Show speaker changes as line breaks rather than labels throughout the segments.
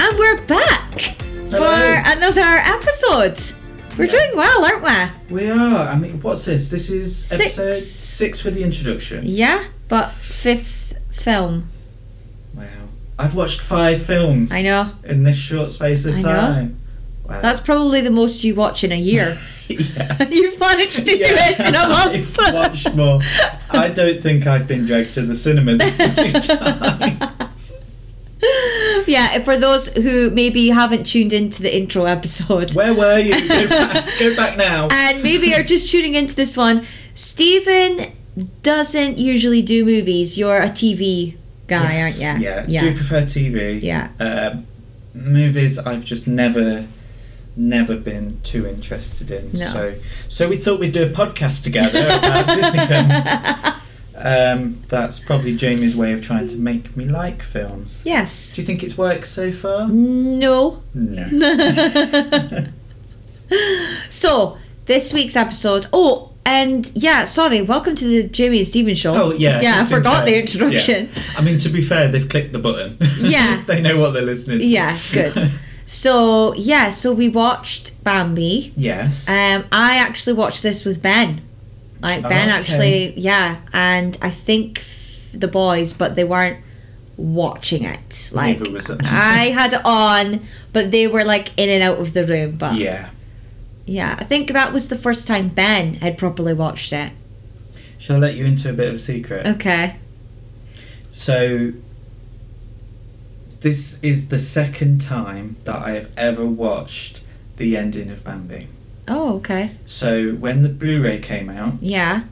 And we're back for
Hello.
another episode. We're
Yes.
doing well, aren't we?
We are. I mean, what's this? This is episode
Six.
six with the introduction.
Yeah, but fifth film.
Wow. I've watched five films.
I know.
In this short space of
I know.
time. Wow.
That's probably the most you watch in a year.
yeah.
You've managed to do
Yeah.
it in a
I've
month.
watched more. I don't think I've been dragged to the cinema this many times.
yeah, for those who maybe haven't tuned into the intro episode
Where were you? Go back, go back now.
and maybe are just tuning into this one, Stephen doesn't usually do movies. You're a TV guy,
Yes,
aren't you?
Yeah.
Yeah.
Do prefer TV.
Yeah.
Um, movies I've just never never been too interested in.
No.
So so we thought we'd do a podcast together about Disney films. Um, that's probably Jamie's way of trying to make me like films.
Yes.
Do you think it's worked so far?
No.
No.
So this week's episode. Oh, and yeah, sorry. Welcome to the Jamie and Stephen show.
Oh yeah.
Yeah, I
just in
forgot the
case. Yeah.
introduction.
I mean, to be fair, they've clicked the button.
Yeah.
they know what they're listening to.
Yeah, good. so yeah, so we watched Bambi.
yes.
Um, I actually watched this with Ben. Like Ben
Okay.
actually, yeah, and I think f- the boys, but they weren't watching it. Like
Neither was it.
I had it on, but they were like in and out of the room. But
yeah.
yeah, I think that was the first time Ben had properly watched it.
Shall I let you into a bit of a secret?
Okay.
So this is the second time that I have ever watched the ending of Bambi.
Oh, okay.
So when the Blu-ray came out,
Yeah.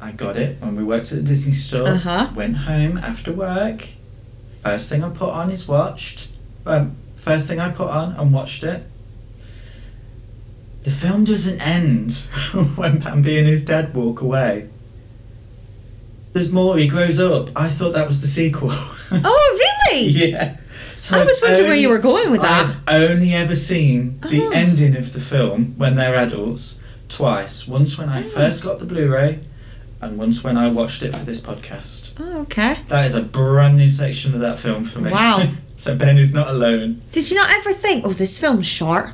I got it when we worked at the Disney store.
Uh-huh.
Went home after work. First thing I put on is watched. Um, first thing I put on and watched it. The film doesn't end when Bambi and his dad walk away. There's more. He grows up. I thought that was the sequel.
Oh, really?
yeah. So
I
I've
was wondering where you
only-
were going with that.
I've only ever seen the
Oh.
ending of the film when they're adults twice. Once when I
Oh.
first got the Blu-ray, and once when I watched it for this podcast.
Oh, okay.
That is a brand new section of that film for me.
Wow.
so Ben is not alone.
Did you not ever think, oh, this film's short?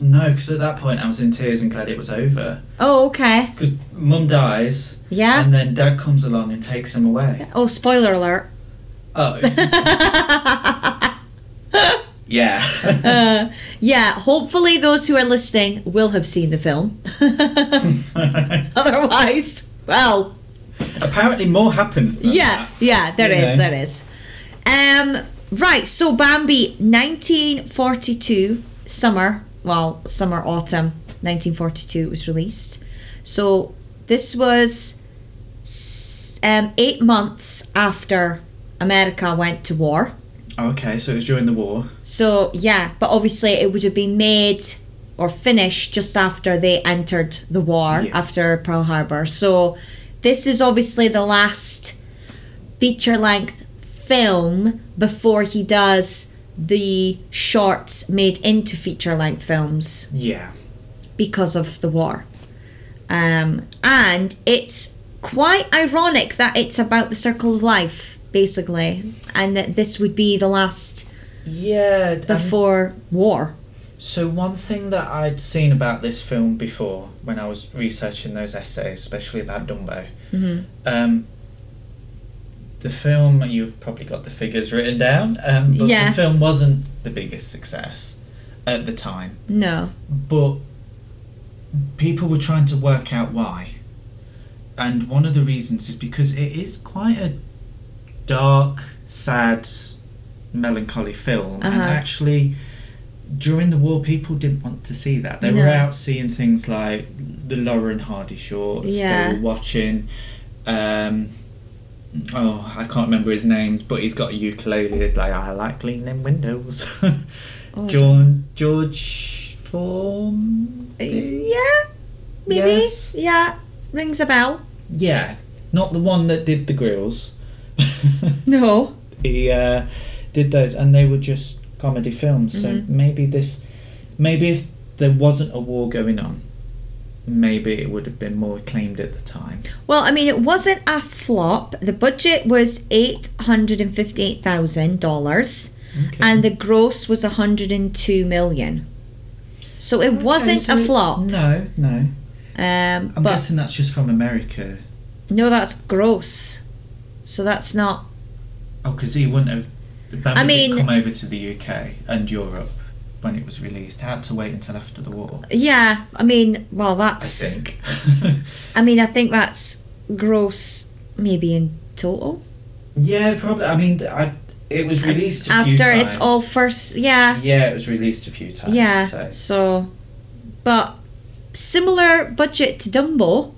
No, because at that point I was in tears and glad it was over.
Oh, okay.
Because Mum dies,
Yeah.
and then Dad comes along and takes him away.
Oh, spoiler alert.
Oh, yeah.
Uh, yeah, hopefully those who are listening will have seen the film. Uh. Otherwise, well,
Apparently, more happens. Than
yeah, yeah, there
You
is,
know.
there is. Um, right, so Bambi, 1942, summer, well, summer, autumn, 1942 it was released. So this was s- um, eight months after America went to war.
that. Okay, so it was during the war.
So yeah, but obviously it would have been made or finished just after they entered the war
Yeah.
after Pearl Harbor. So this is obviously the last feature length film before he does the shorts made into feature length films
Yeah.
because of the war. Um, and it's quite ironic that it's about the circle of life, basically, and that this would be the last
Yeah. and-
before war.
so one thing that I'd seen about this film before, when I was researching those essays, especially about Dumbo,
Mm-hmm.
um, the film you've probably got the figures written down, um, but
Yeah.
the film wasn't the biggest success at the time,
No.
but people were trying to work out why, and one of the reasons is because it is quite a dark, sad, melancholy film, and
Uh-huh.
actually during the war, people didn't want to see that. They were
No.
out seeing things like the Laura and Hardy shorts.
Yeah.
They were watching. Um, oh, I can't remember his name, but he's got a ukulele. It's like I like cleaning windows. John George Form.
Uh, Yeah, maybe.
Yes.
Yeah, rings a bell.
Yeah, not the one that did the grills.
No.
he uh, did those, and they were just comedy films.
Mm-hmm.
So maybe this, maybe if there wasn't a war going on, maybe it would have been more acclaimed at the time.
Well, I mean, it wasn't a flop. The budget was eight hundred and fifty-eight thousand dollars,
Okay.
and the gross was 102 million. So it
Okay,
wasn't
so
a
it-
flop.
No, no.
Um,
I'm
but
guessing that's just from America.
no, that's gross. So that's not.
Oh, because he wouldn't have. The Bambi
I mean-
didn't come over to the UK and Europe when it was released. I had to wait until after the war.
Yeah, I mean, well,
I
that's.
think.
I mean, I think that's gross, maybe in total.
yeah, probably. I mean, I, it was released a
After
few times.
it's all first, yeah,
Yeah, it was released a few times.
yeah.
So.
So, but similar budget to Dumbo,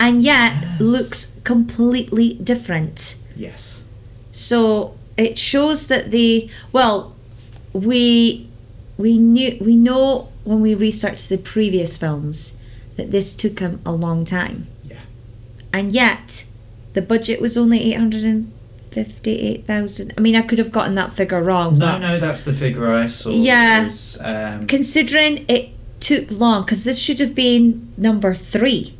and yet
Yes.
looks completely different.
Yes.
So it shows that they well, we we knew we know when we researched the previous films that this took him a long time.
Yeah.
And yet, the budget was only eight hundred and fifty-eight thousand. I mean, I could have gotten that figure wrong,
No,
but
no, that's the figure I saw.
Yeah.
Was, um,
considering it took long, because this should have been number three.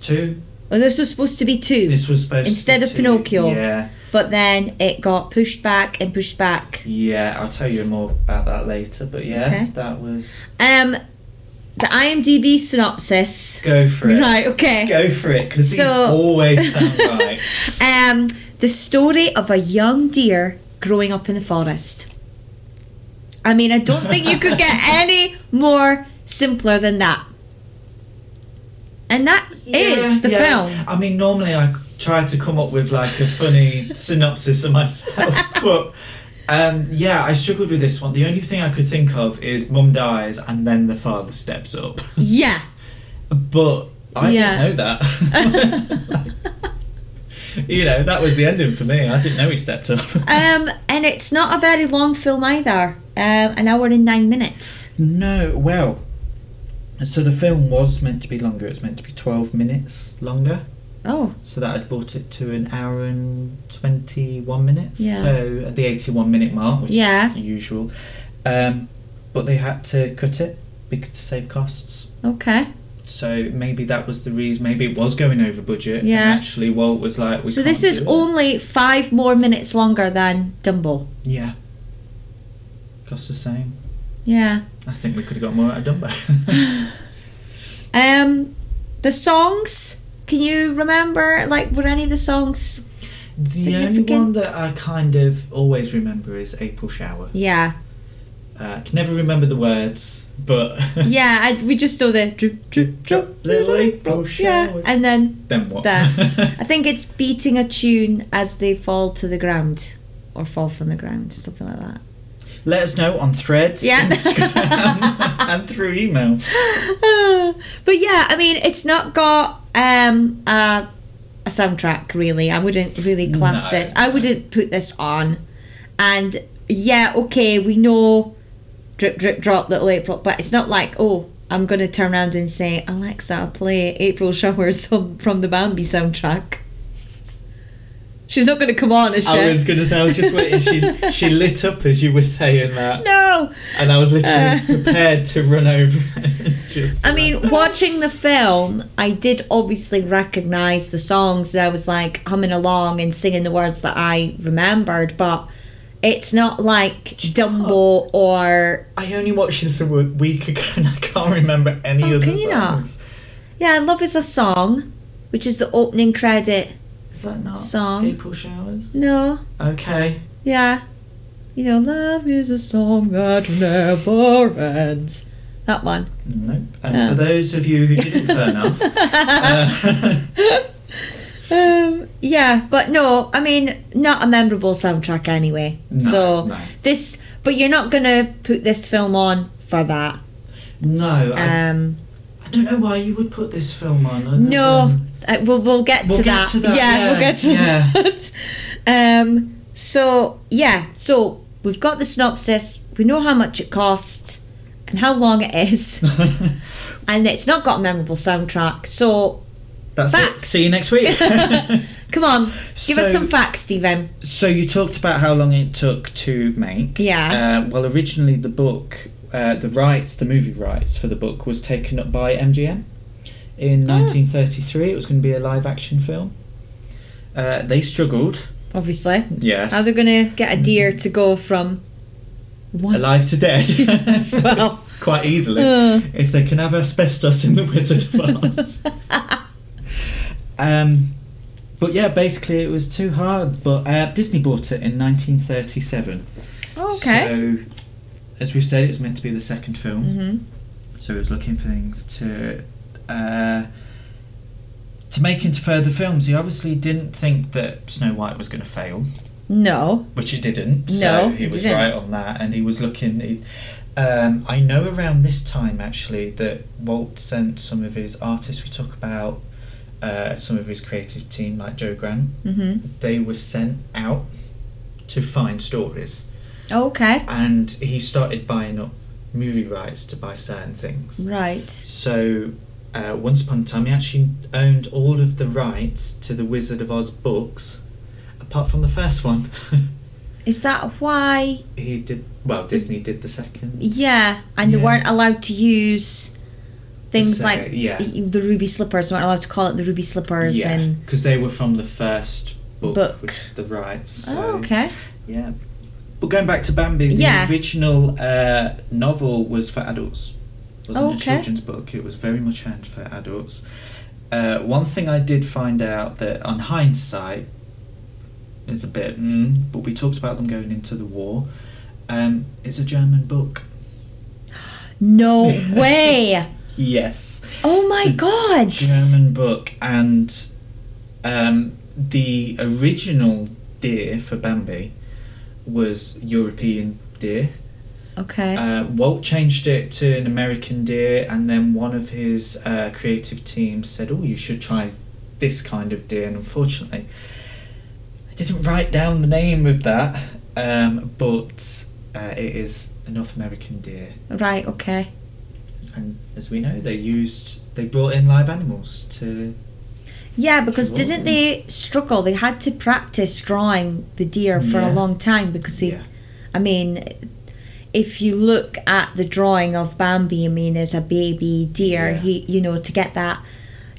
two.
Well, this was supposed to be two,
This was supposed
Instead
to be
of
two.
Pinocchio.
Yeah.
but then it got pushed back and pushed back.
Yeah, I'll tell you more about that later. But yeah,
Okay.
that was.
Um, the IMDb synopsis.
Go for it.
Right. Okay.
Go for it, because these
So-
always sound right.
Um, the story of a young deer growing up in the forest. I mean, I don't think you could get any more simpler than that. And that is the
yeah.
film.
I mean, normally I try to come up with like a funny synopsis of myself, but um, yeah, I struggled with this one. The only thing I could think of is mum dies and then the father steps up,
Yeah.
but I
Yeah.
didn't know that. you know, that was the ending for me. I didn't know he stepped up.
Um, and it's not a very long film either. Um, an hour and nine minutes.
No, well, so the film was meant to be longer. It's meant to be twelve minutes longer.
Oh,
So that had brought it to an hour and 21 minutes.
Yeah.
So at the 81 minute mark, which
Yeah.
is usual. Um, but they had to cut it because to save costs.
okay.
So maybe that was the reason. Maybe it was going over budget.
Yeah.
And actually, Walt was like, we
so this
can't
is
do it.
only five more minutes longer than Dumbo.
Yeah. Cost the same.
Yeah.
I think we could have got more out of Dumbo.
Um, the songs. Can you remember? Like, were any of the songs?
the only one
Significant.
that I kind of always remember is April Shower.
Yeah,
Uh, I can never remember the words, but.
yeah. I, we just saw the drip, drip, drip,
Little April
Yeah,
showers.
and then
Then what?
There. I think it's beating a tune as they fall to the ground or fall from the ground or something like that.
Let us know on threads,
Yeah.
Instagram, and through email.
but yeah, I mean, it's not got um a, a soundtrack really. I wouldn't really class
No.
this. I wouldn't put this on. And yeah, okay, we know drip drip drop little April, but it's not like oh. I'm gonna turn around and say, Alexa, play April Showers from from the Bambi soundtrack. She's not gonna come on, is she?
I was going to say, I was just waiting. She, she lit up as you were saying that,
no.
and I was literally
Uh.
prepared to run over and just.
I mean, watching the film, I did obviously recognize the songs and I was like humming along and singing the words that I remembered, but it's not like Dumbo or.
I only watched this a w- week ago, and I can't remember any
Oh,
other
can you not?
songs.
Yeah, Love is a Song, which is the opening credit.
Is that not
Song.
April showers?
No,
Okay.
yeah. You know, Love is a Song that never ends. That one.
Nope. And
Yeah.
for those of you who didn't turn off, uh,
Um, yeah, but no, I mean, not a memorable soundtrack anyway.
No,
so
no.
this, but you're not gonna put this film on for that.
no, I,
Um,
I don't know why you would put this film on. other
no,
than-
uh, we'll we'll get,
We'll
to,
get
that.
to that,
Yeah, we'll
yeah,
get to
yeah.
that. Um, so yeah, so we've got the synopsis. We know how much it costs and how long it is, and it's not got a memorable soundtrack. So
That's it.
Facts.
See you next week.
come on, give us
So-
some facts, Stephen.
So you talked about how long it took to make.
Yeah.
Uh, well, originally the book, uh, the rights, the movie rights for the book was taken up by MGM in
Ah.
1933. It was going to be a live-action film. Uh, they struggled.
Obviously.
Yes.
How they're gonna get a deer to go from What?
alive to dead
Wow.
quite easily
Uh.
if they can have asbestos in the Wizard of Oz. um, but yeah, basically it was too hard. But uh, Disney bought it in 1937. Oh,
Okay.
So, as we've said, it was meant to be the second film.
hmm
So it was looking for things to uh, to make into further films. He obviously didn't think that Snow White was going to fail
No.
which it didn't.
No,
so he
it
was
didn't.
right on that, and he was looking. He, um, I know around this time actually that Walt sent some of his artists. We talk about uh, some of his creative team, like Joe Grant.
hmm
They were sent out to find stories,
Okay.
and he started buying up movie rights to buy certain things.
Right.
So. Uh, once upon a time, he actually owned all of the rights to the Wizard of Oz books, apart from the first one.
Is that why?
he did well disney did the second
Yeah, and they
Yeah.
weren't allowed to use things
So,
like
yeah.
the, the ruby slippers. weren't allowed to call it the ruby slippers.
yeah
And
because they were from the first book,
Book.
which is the rights so,
oh, okay.
yeah but going back to bambi the
Yeah.
original uh, novel was for adults it wasn't
Oh, Okay.
a children's book it was very much aimed for adults uh, one thing i did find out that on hindsight is a bit mm, but we talked about them going into the war um, it's a german book
No way.
yes
Oh my
It's a
god.
German book, and um, the original deer for Bambi was European deer.
Okay.
Uh, Walt changed it to an American deer, and then one of his uh, creative team said, "Oh, you should try this kind of deer." And unfortunately, I didn't write down the name of that, um, but uh, it is a North American deer.
right. Okay.
And as we know, they used they brought in live animals to
Yeah, because
Sure.
didn't they struggle? They had to practice drawing the deer for a
Yeah.
long time because they.
Yeah.
I mean, if you look at the drawing of Bambi, I mean, as a baby deer,
Yeah.
he, you know, to get that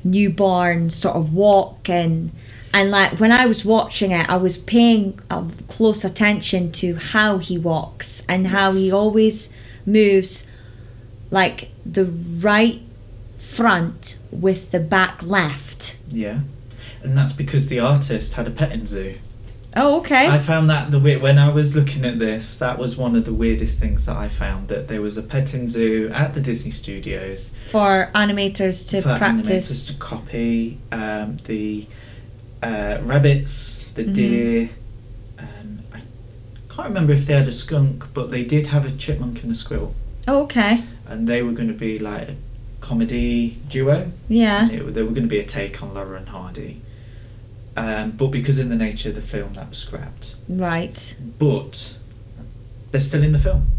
newborn sort of walk and and like when I was watching it, I was paying uh, close attention to how he walks and how he
Yes.
always moves, like the right front with the back left.
Yeah, and that's because the artist had a petting zoo.
Oh, okay.
I found that the weird when I was looking at this, that was one of the weirdest things that I found that there was a petting zoo at the Disney Studios
for animators to
for
practice.
animators to copy um, the uh, rabbits, the
Mm-hmm.
deer. Um, I can't remember if they had a skunk, but they did have a chipmunk and a squirrel,
Oh, okay.
and they were going to be like a comedy duo.
Yeah.
It, they were going to be a take on Laura and Hardy. Um, but because of the nature of the film, that was scrapped.
Right.
But they're still in the film.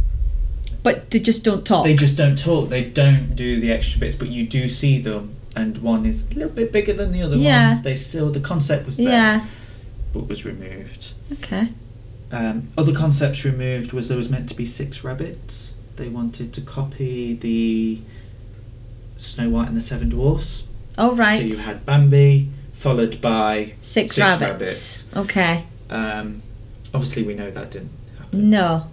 But they just don't talk.
They just don't talk, they don't do the extra bits, but you do see them, and one is a little bit bigger than the other
Yeah.
one. They still, the concept was there,
yeah.
but was removed.
Okay.
Um, other concepts removed was there was meant to be six rabbits. They wanted to copy the Snow White and the Seven Dwarfs.
All Oh, right.
So you had Bambi, followed by
six,
six
rabbits. Okay.
Um, obviously, we know that didn't happen.
No.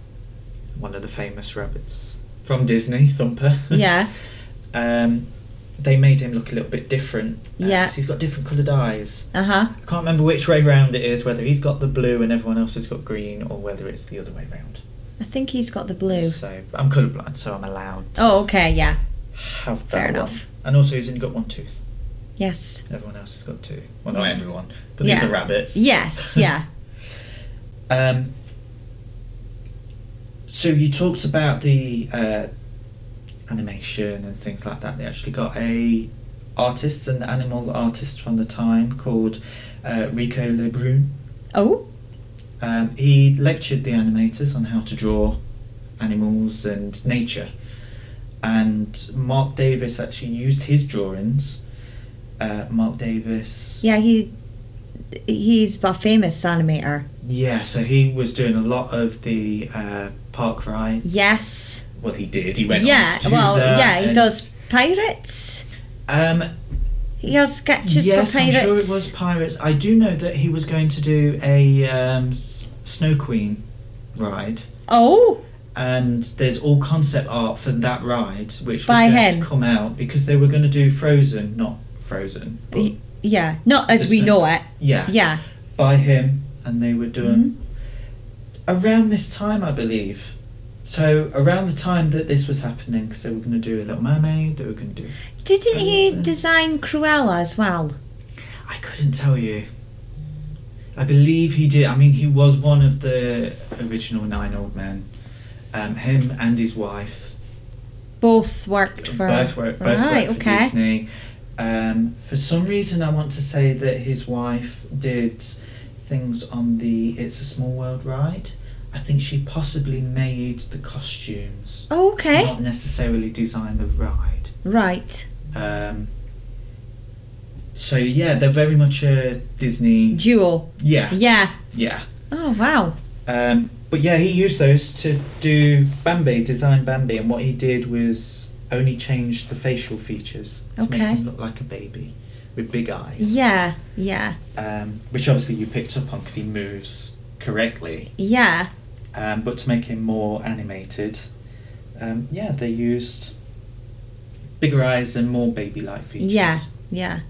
One of the famous rabbits from Disney, Thumper.
Yeah.
um, they made him look a little bit different. Uh,
Yeah.
'cause he's got different coloured eyes.
Uh huh.
I can't remember which way round it is, whether he's got the blue and everyone else has got green, or whether it's the other way round.
I think he's got the blue.
So I'm colourblind, so I'm allowed to
Oh, okay. Yeah.
have that
Fair
one.
enough.
And also, he's only got one tooth.
Yes.
Everyone else has got two. Well, not everyone, but
Yeah.
the other rabbits.
Yes. Yeah.
Um, so you talked about the uh, animation and things like that. They actually got a artist, an animal artist from the time called uh, Rico Lebrun.
oh.
Um, he lectured the animators on how to draw animals and nature. And Mark Davis actually used his drawings. Uh, Mark Davis
Yeah. He. He's a famous animator.
Yeah, so he was doing a lot of the uh, park rides.
Yes.
Well, he did. He went.
yeah.
on to do
Well.
that
yeah. He
and-
does pirates.
Um,
He has sketches
yes,
for pirates.
I'm sure it was pirates. I do know that he was going to do a um, s- Snow Queen ride,
Oh.
and there's all concept art for that ride, which
By
was going
him.
to come out because they were going to do Frozen, not Frozen. but
Y- yeah, not as
Just
we
think-
know it.
yeah,
Yeah,
by him, and they were doing
Mm-hmm.
around this time, I believe. So around the time that this was happening, because they were going to do a Little Mermaid, they were going to do.
didn't he
Frozen.
design Cruella as well?
I couldn't tell you. I believe he did. I mean, he was one of the original nine old men. Um, him and his wife.
Both worked for
both work, both
right.
work for
okay,
Disney. Um, for some reason, I want to say that his wife did things on the It's a Small World ride. I think she possibly made the costumes,
okay,
not necessarily designed the ride.
right.
Um, so yeah, they're very much a Disney.
Duo.
Yeah,
Yeah.
yeah.
Oh wow.
Um, but yeah, he used those to do Bambi, design Bambi, and what he did was only change the facial features to make
Okay.
him look like a baby with big eyes.
Yeah. Yeah.
Um, which obviously you picked up on because he moves correctly.
Yeah.
Um, but to make him more animated, um, yeah, they used bigger eyes and more baby-like features.
Yeah. Yeah.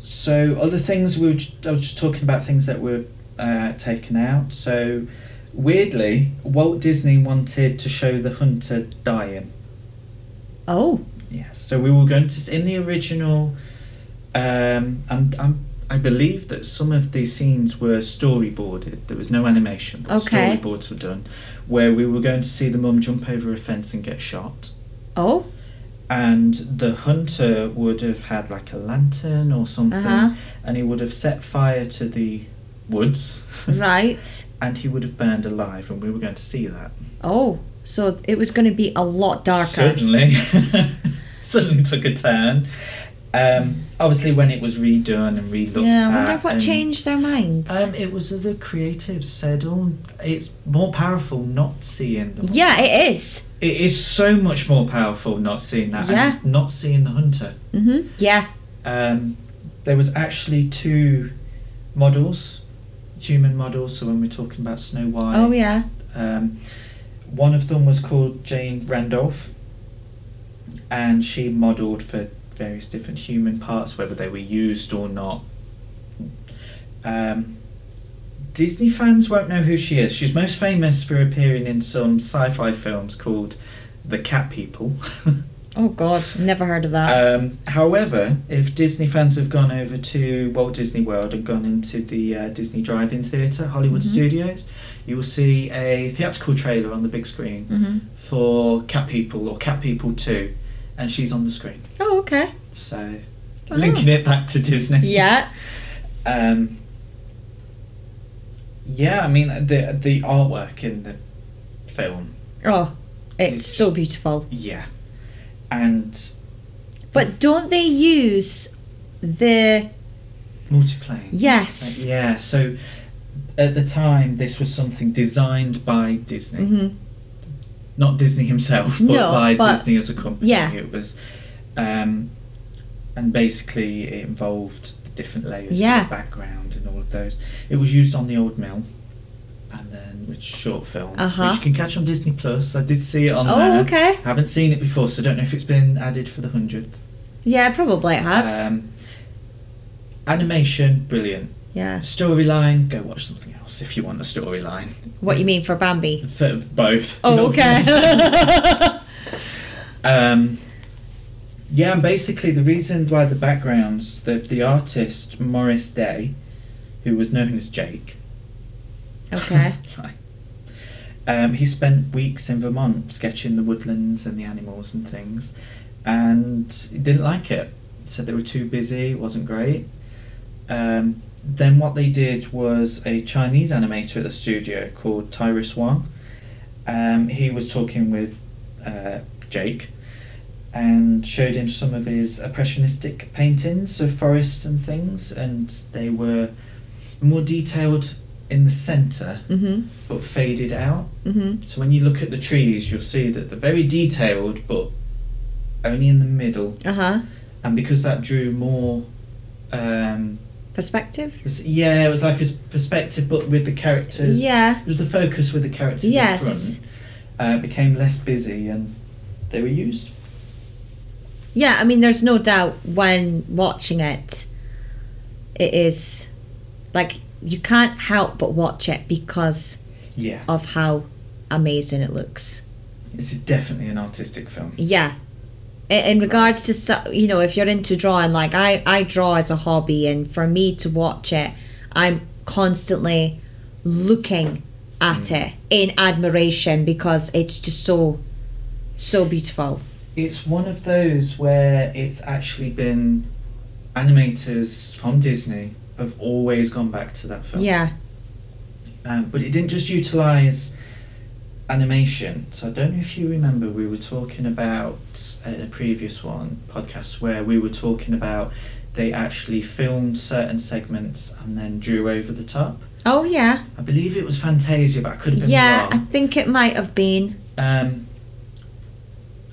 So other things we were, ju- I was just talking about things that were uh, taken out. So weirdly, Walt Disney wanted to show the hunter dying.
Oh.
Yes. So we were going to s- in the original, um, and I'm, I believe that some of these scenes were storyboarded. There was no animation. But
Okay.
Storyboards were done, where we were going to see the mum jump over a fence and get shot.
Oh.
and the hunter would have had like a lantern or something
Uh-huh.
and he would have set fire to the woods
Right.
and he would have burned alive and we were going to see that
Oh. So it was going to be a lot darker.
suddenly suddenly took a turn um, obviously when it was redone and relooked
yeah. I
at
wonder what
and-
changed their minds.
um, it was the creatives said oh it's more powerful not seeing them
yeah, it is.
it is so much more powerful not seeing that
Yeah.
and not seeing the hunter
Mhm. Yeah.
um, there was actually two models, human models. So when we're talking about Snow White,
Oh, yeah.
Um, one of them was called Jane Randolph, and she modelled for various different human parts, whether they were used or not. Um, Disney fans won't know who she is. She's most famous for appearing in some sci-fi films called The Cat People.
Oh God, never heard of that.
Um, however, if Disney fans have gone over to Walt Disney World and gone into the uh, Disney Drive-In Theatre, Hollywood Studios, you will see a theatrical trailer on the big screen
hmm
for Cat People or Cat People Two, and she's on the screen.
Oh, okay.
So,
Oh.
linking it back to Disney.
Yeah.
Um, yeah, I mean the the artwork in the film.
Oh, it's,
It's
so
just-
beautiful.
Yeah, and
But don't they use the?
Multiplane.
Yes.
Multiplane, Yeah. So at the time, this was something designed by Disney,
Mhm.
not Disney himself, but
No,
by
but-
Disney as a company.
yeah.
It was, um, and basically it involved the different layers,
Yeah.
of the background, and all of those. It was used on the old mill. And then which short film,
Uh-huh.
which you can catch on Disney Plus. I did see it on
Oh,
there.
okay.
Haven't seen it before, so don't know if it's been added for the hundredth.
Yeah, probably it has.
Um, animation, brilliant.
yeah.
Storyline, go watch something else if you want a storyline.
What you mean for Bambi?
For both.
Oh, okay.
um, yeah, and basically the reason why the backgrounds, the, the artist Morris Day, who was known as Jake.
okay.
like, um, he spent weeks in Vermont sketching the woodlands and the animals and things, and he didn't like it. Said they were too busy, it wasn't great. Um, then what they did was a Chinese animator at the studio called Tyrus Wang. Um, he was talking with uh, Jake and showed him some of his impressionistic paintings of forests and things, and they were more detailed in the centre
Mhm.
but faded out.
Mhm.
So when you look at the trees, you'll see that they're very detailed, but only in the middle.
Uh huh.
And because that drew more um,
perspective.
It's- yeah, it was like his perspective, but with the characters.
Yeah.
It was the focus with the characters
Yes.
in front. Uh, it became less busy and they were used.
Yeah, I mean, there's no doubt when watching it, it is like you can't help but watch it because
Yeah.
of how amazing it looks.
This is definitely an artistic film.
Yeah. I- In regards to, so- you know, if you're into drawing, like I, I draw as a hobby, and for me to watch it, I'm constantly looking at
Mm.
it in admiration because it's just so, so beautiful.
It's one of those where it's actually been animators from Disney have always gone back to that film.
Yeah.
Um, but it didn't just utilize animation. So I don't know if you remember, we were talking about uh, in a previous one podcast where we were talking about they actually filmed certain segments and then drew over the top.
Oh, yeah.
I believe it was Fantasia, but I could have been
Yeah, I
wrong.
think it might have been.
Um,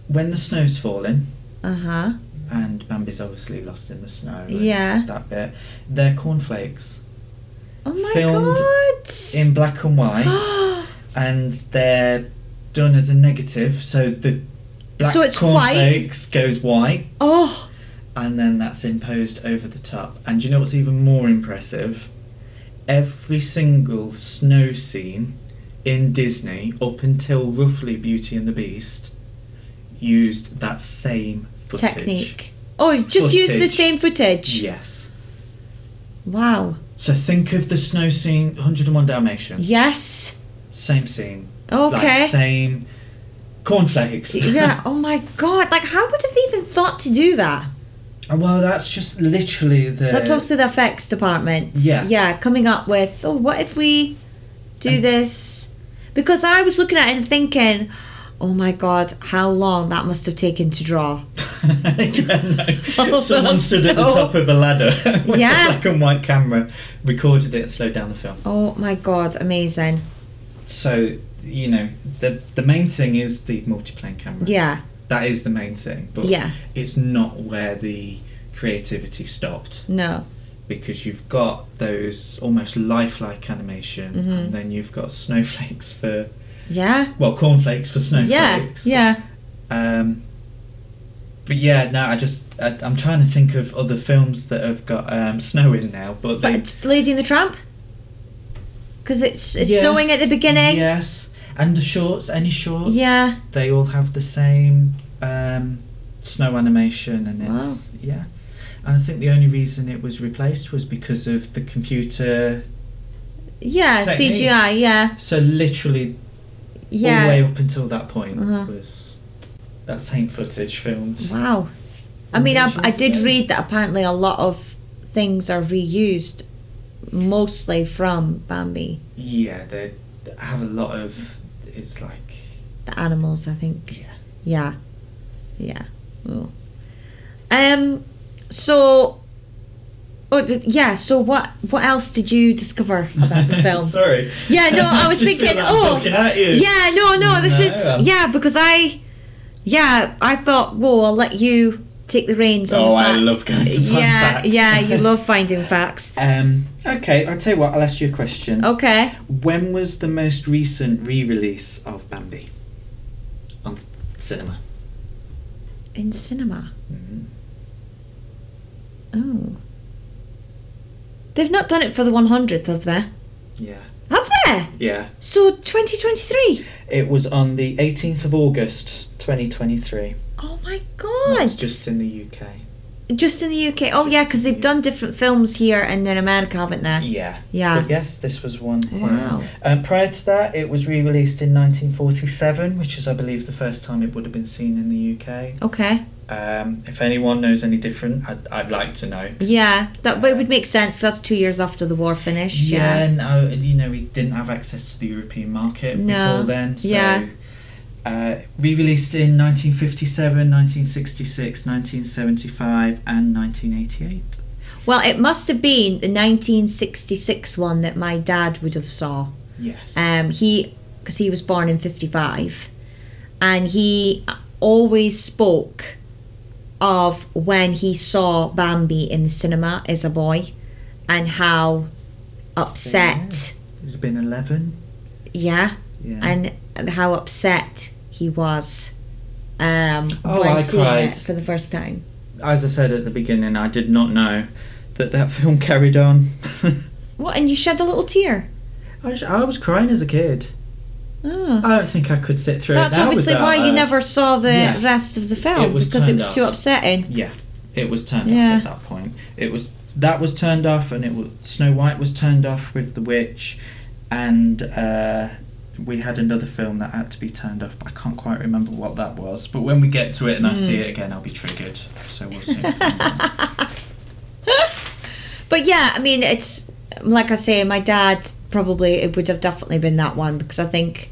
when the snow's falling
Uh huh.
and Bambi's obviously lost in the snow. and
Yeah.
That bit. They're cornflakes
Oh my
Filmed
god.
in black and white. and they're done as a negative, so the black
So it's white?
cornflakes goes white,
oh,
and then that's imposed over the top. And you know what's even more impressive? Every single snow scene in Disney, up until roughly Beauty and the Beast, used that same footage.
technique. Oh, you've just used the
Footage.
same footage.
Yes.
Wow.
So think of the snow scene, 101 Dalmatians.
Yes.
Same scene.
Okay.
Like same cornflakes.
yeah. Oh my god. Like, how would have they even thought to do that?
Oh, Well, that's just literally the.
That's obviously the effects department.
Yeah.
Yeah. Coming up with, oh, what if we do this? Because I was looking at it and thinking, oh my god, how long that must have taken to draw.
Yeah, no. Someone
that's
stood at the
so-
top of a ladder with
Yeah.
a black and white camera, recorded it, and slowed down the film.
Oh my god, amazing.
So you know the the main thing is the multiplane camera.
Yeah.
That is the main thing, but
Yeah.
it's not where the creativity stopped
No.
because you've got those almost lifelike animation,
Mm-hmm.
and then you've got snowflakes for
Yeah.
well cornflakes for
Yeah.
snowflakes.
Yeah.
Um, but yeah, no, I just I, I'm trying to think of other films that have got um, snow in now,
But
but, they,
it's Lady and the Tramp? Because it's, it's snowing at the
Yes,
beginning. Yeah.
Yes, and the shorts, any shorts, they all have the same um, snow animation, and it's yeah. And I think the only reason it was replaced was because of the computer.
Yeah.
Technique.
CGI. Yeah.
So literally, all the way
Yeah.
up until that point
Uh-huh.
was that same footage filmed.
Wow. I mean, I, I
Inventions
did
there.
read that apparently a lot of things are reused, mostly from Bambi.
Yeah, they they have a lot of. It's like
The animals, I think.
Yeah.
Yeah. Yeah. Oh. Um. So. Oh d- yeah. So what? What else did you discover about the film?
Sorry.
Yeah, no, I was
Just feel
thinking,
like
oh,
I'm talking at you.
Yeah, no, no, this
No,
is
um,
yeah because I, yeah, I thought, whoa, I'll let you take the reins on.
Oh,
the
I
fact.
love going to find
yeah,
facts.
yeah, you love finding facts.
Um, okay, I'll tell you what, I'll ask you a question.
Okay,
When was the most recent re release of Bambi? On th- cinema.
in cinema,
Mm-hmm.
oh, they've not done it for the one hundredth, have they?
Yeah.
Have they?
Yeah.
So twenty twenty three.
It was on the 18th of August, 2023.
Oh my
That's
god!
just in the UK.
Just in the UK. Oh yeah, because they've done different films here and in America, haven't they?
Yeah.
Yeah.
But yes, this was one. here.
Wow.
Um, prior to that, it was re released in 1947, which is, I believe, the first time it would have been seen in the UK.
Okay.
Um, if anyone knows any different, I'd, I'd like to know.
Yeah, that but it would make sense. That's two years after the war finished.
Yeah,
Yeah.
no, you know, we didn't have access to the European market
No,
before then. So,
yeah.
Uh, re-released in 1957, 1966, 1975, and 1988.
Well, it must have been the 1966 one that my dad would have saw.
Yes.
Um, he because he was born in 55, and he always spoke of when he saw Bambi in the cinema as a boy, and how upset,
It's been 11.
yeah,
Yeah.
and how upset he was um,
Oh,
when
I
seeing
cried.
it for the first time.
As I said at the beginning, I did not know that that film carried on.
What? And you shed a little tear.
I, was- I was crying as a kid.
Oh.
I don't think I could sit through
That's
it. now
obviously
without
why you
a- uh,
never saw the
yeah.
rest of the film
It was
because it
turned
was too
off.
upsetting.
Yeah, it was turned
Yeah.
off at that point. It was that was turned off, and it was Snow White was turned off with the witch, and uh, we had another film that had to be turned off. But I can't quite remember what that was. But when we get to it and I see
Hmm.
it again, I'll be triggered. So we'll see.
But yeah, I mean, it's like I say, my dad probably it would have definitely been that one because I think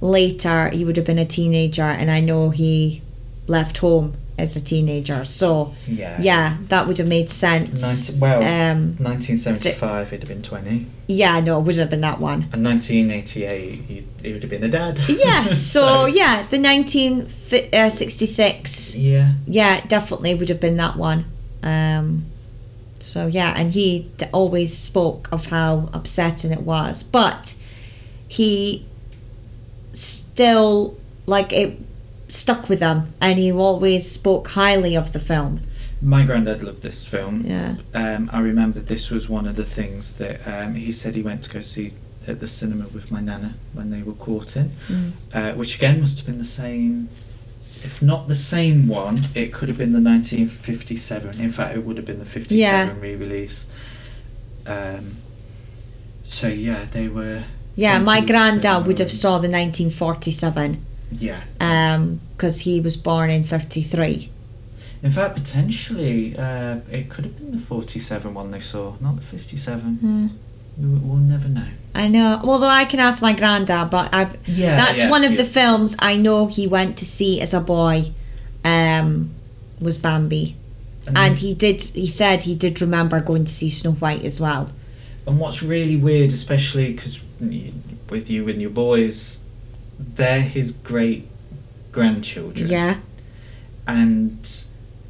later he would have been a teenager, and I know he left home as a teenager, so
yeah.
yeah, that would have made sense.
19, well,
Um,
1975, he'd have been 20,
yeah, no, it wouldn't have been that one.
and 1988, he, he would have been a dad.
Yeah, so yeah, the uh, 1966
yeah.
yeah, it definitely would have been that one. Um, so yeah, and he d- always spoke of how upsetting it was, but he still like it stuck with him, and he always spoke highly of the film.
My granddad loved this film.
Yeah,
um, I remember this was one of the things that um, he said he went to go see at the cinema with my nana when they were caught in,
Mm.
uh, which again must have been the same, if not the same one, it could have been the 1957. In fact, it would have been the 57
Yeah.
re-release. Um, so yeah, they were
yeah.
Went to
My
the
granddad would
cinema.
have saw Uh, the 1947
yeah.
because he was born in 33.
In fact, potentially uh, it could have been the 47 one they saw, not the 57. We- We'll never know.
Hmm. I know. Although I can ask my granddad, but I've
Yeah,
That's
yes,
one of
yeah.
the films I know he went to see as a boy. Um, was Bambi,
Mm-hmm.
and he did. He said he did remember going to see Snow White as well.
And what's really weird, especially because with you and your boys, they're his great grandchildren.
Yeah,
And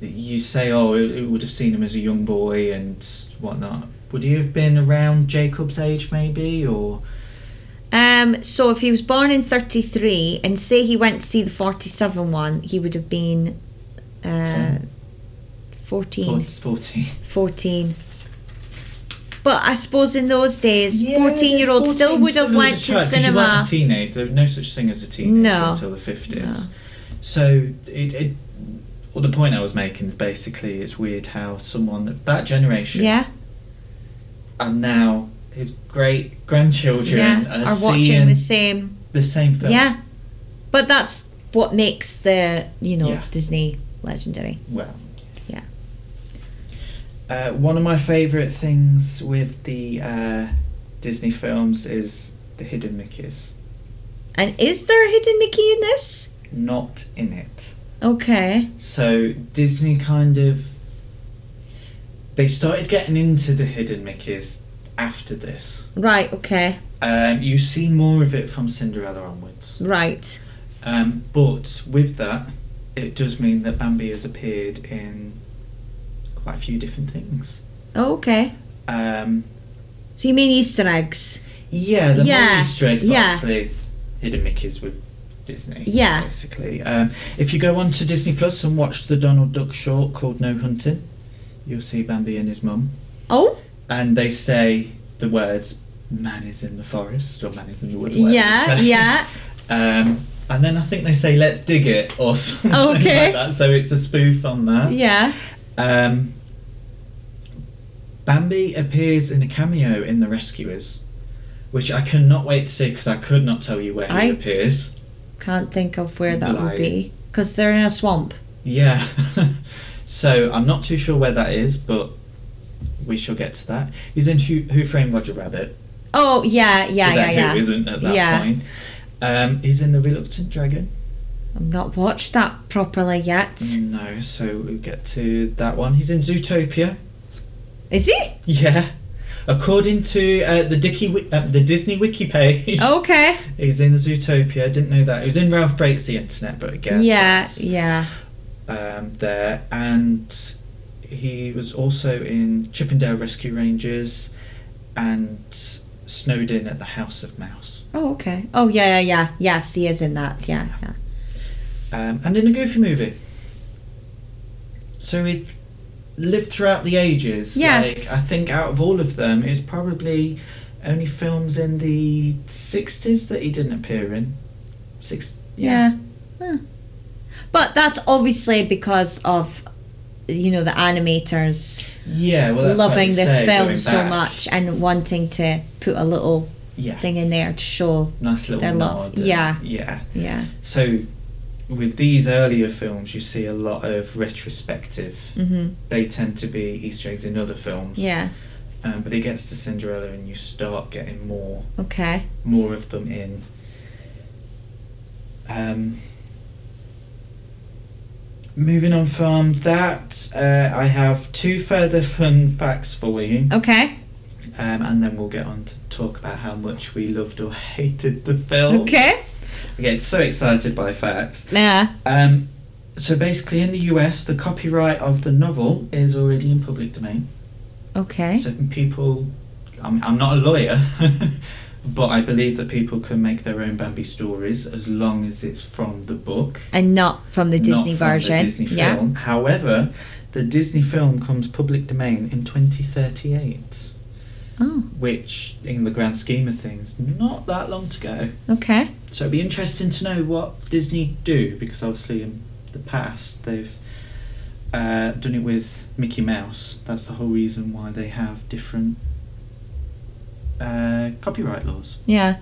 you say, oh, it, it would have seen him as a young boy and whatnot. Would he have been around Jacob's age, maybe? Or.
Um, so if he was born in '33 and say he went to see the '47 one, he would have been uh,
Ten.
14,
14.
14. But I suppose in those days,
Yeah,
fourteen-year-olds still
14
would have
still
went
a
to
child, 'cause You
cinema.
weren't a teenager. There was no such thing as a teenager
No.
until the fifties. So it, it. Well, the point I was making is basically it's weird how someone of that generation
Yeah,
and now his great grandchildren
yeah,
are,
are watching
seeing
the same
the same film.
Yeah, but that's what makes the you know
Yeah.
Disney legendary.
Well.
Yeah.
Uh, one of my favourite things with the uh, Disney films is the hidden Mickeys.
And is there a hidden Mickey in this?
Not in it.
Okay.
So Disney kind of they started getting into the hidden Mickeys after this.
Right. Okay.
Um, you see more of it from Cinderella onwards.
Right.
Um, but with that, it does mean that Bambi has appeared in quite a few different things.
Okay.
Um,
So you mean Easter eggs?
yeah, the
Yeah,
yeah. Easter eggs, but
yeah.
obviously hidden Mickeys with Disney.
Yeah.
Basically, um, if you go on to Disney Plus and watch the Donald Duck short called No Hunting, you'll see Bambi and his mum,
Oh,
and they say the words "Man is in the forest" or "Man is in the woods." whatever they
yeah,
say.
yeah.
Um, and then I think they say "Let's dig it" or something
Okay.
like that. So it's a spoof on that.
Yeah.
Um, Bambi appears in a cameo in The Rescuers, which I cannot wait to see because I could not tell you where
I-
he appears.
Can't think of where that would
Like-
be because they're in a swamp.
Yeah. so I'm not too sure where that is, but we shall get to that. He's in Who, Who Framed Roger Rabbit.
Oh yeah, yeah,
but
yeah,
then
yeah.
Who isn't at that
Yeah.
point? Um, he's in The Reluctant Dragon.
I've not watched that properly yet.
No, so we'll get to that one. He's in Zootopia.
Is he?
Yeah. According to uh, the Dicky, Wi- uh, the Disney wiki page.
Oh, Okay.
He's in Zootopia. I didn't know that. He was in Ralph Breaks the Internet, but again,
yeah,
that's,
yeah.
um, there and he was also in Chippendale Rescue Rangers and Snowden at the House of Mouse.
Oh, okay. Oh, yeah, yeah, yeah. Yes, he is in that. Yeah, yeah.
Um, and in a Goofy movie. So he lived throughout the ages.
Yes.
Like, I think out of all of them, it was probably only films in the 60s that he didn't appear in. Six.
Yeah. Huh. But that's obviously because of, you know, the animators
Yeah, well, that's like
loving
you
this
say,
film
going
so
back.
much and wanting to put a little
Yeah,
thing in there to show.
nice little
their love.
nod and-
Yeah.
yeah.
Yeah.
So, with these earlier films, you see a lot of retrospective.
hmm
They tend to be Easter eggs in other films.
Yeah.
Um, but it gets to Cinderella, and you start getting more
Okay.
more of them in. Um, moving on from that, uh, I have two further fun facts for you,
Okay.
um, and then we'll get on to talk about how much we loved or hated the film.
Okay.
I get so excited by facts.
Yeah.
Um, so basically, in the US, the copyright of the novel is already in public domain.
Okay.
So people, I'm, I'm not a lawyer, but I believe that people can make their own Bambi stories as long as it's from the book,
and not from the
not
Disney
from
version.
The Disney
yeah.
film. However, the Disney film comes public domain in 2038,
Oh.
which, in the grand scheme of things, not that long to go.
Okay.
So it'd be interesting to know what Disney do because obviously in the past they've uh, done it with Mickey Mouse. That's the whole reason why they have different uh, copyright laws.
Yeah.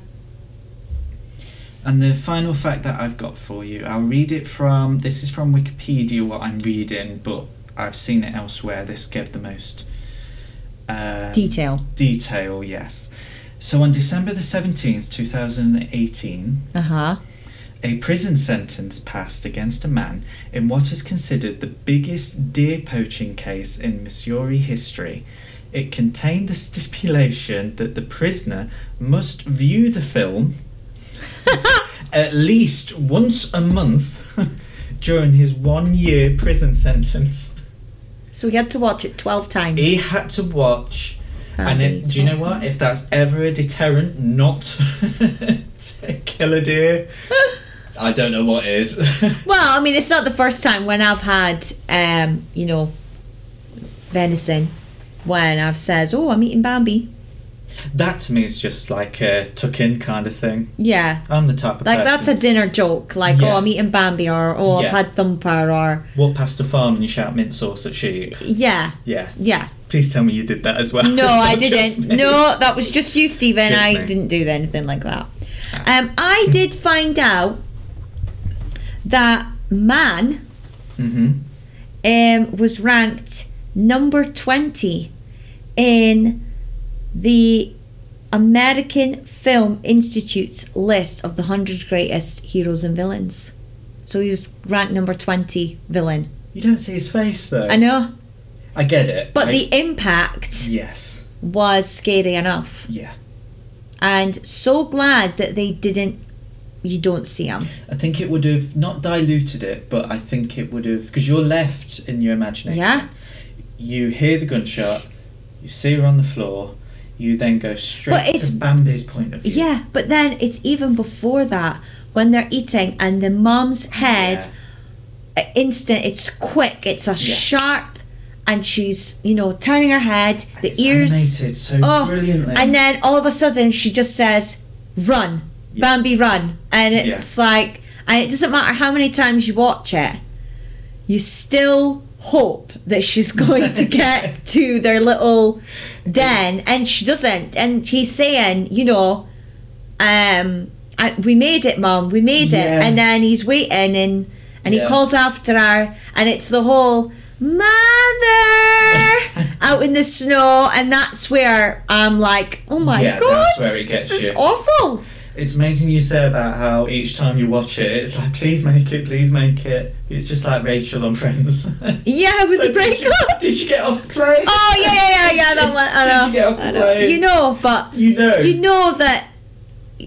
And the final fact that I've got for you, I'll read it from this is from Wikipedia what I'm reading, but I've seen it elsewhere. This gave the most um,
Detail.
detail, yes. So on December the 17th, 2018,
Uh huh.
a prison sentence passed against a man in what is considered the biggest deer poaching case in Missouri history. It contained the stipulation that the prisoner must view the film at least once a month during his one year prison sentence.
So we had to watch it twelve times.
He had to watch. eh, and
That'd
it,
be
do you know
12
what?
times.
If that's ever a deterrent not to kill a deer, I don't know what is.
Well, I mean, it's not the first time when I've had, um, you know, venison. When I've said, "Oh, I'm eating Bambi,"
That to me is just like a tuck in kind of thing.
yeah,
I'm the type of
like that's
person.
a dinner joke. Like,
Yeah.
"Oh, I'm eating Bambi," or "Oh,
Yeah.
I've had Thumper," or
Walk past a farm and you shout mint sauce at sheep.
yeah,
Yeah.
yeah.
Please tell me you did that as well.
No,
It's
I
not just
didn't.
me.
No, that was just you, Stephen.
Just
I
me. Ah.
didn't do anything like that. Um, I did find out that man
Mhm.
um, was ranked number 20 in the American Film Institute's list of the 100 greatest heroes and villains. So he was ranked number 20 villain.
You don't see his face though.
I know,
I get it.
but
I-
the impact
Yes.
was scary enough.
Yeah.
and so glad that they didn't you don't see them
I think it would have not diluted it, but I think it would have. Because you're left in your imagination.
yeah
You hear the gunshot, you see her on the floor, you then go straight
But it's-
to Bambi's point of view.
yeah but then it's even before that when they're eating and the mum's head uh, instant it's quick it's a sharp and she's you know turning her head the
It's
ears
animated so
oh
brilliantly.
and then all of a sudden she just says run
Yeah.
bambi run and it's like and it doesn't matter how many times you watch it you still hope that she's going to get to their little den and she doesn't and he's saying you know um I, we made it mom we made it
Yeah.
and then he's waiting and and he
Yeah.
calls after her and it's the whole mother out in the snow and that's where i'm like oh my
Yeah, that's
god
where it gets
this
you.
is awful
It's amazing you say about how each time you watch it, it's like, please make it, please make it. It's just like Rachel on Friends.
yeah with the
did, you,
breakup
did you get off the plane?
oh yeah yeah yeah yeah that one i
Did
know,
you get off the
I know.
plane?
you know but
You know.
you know that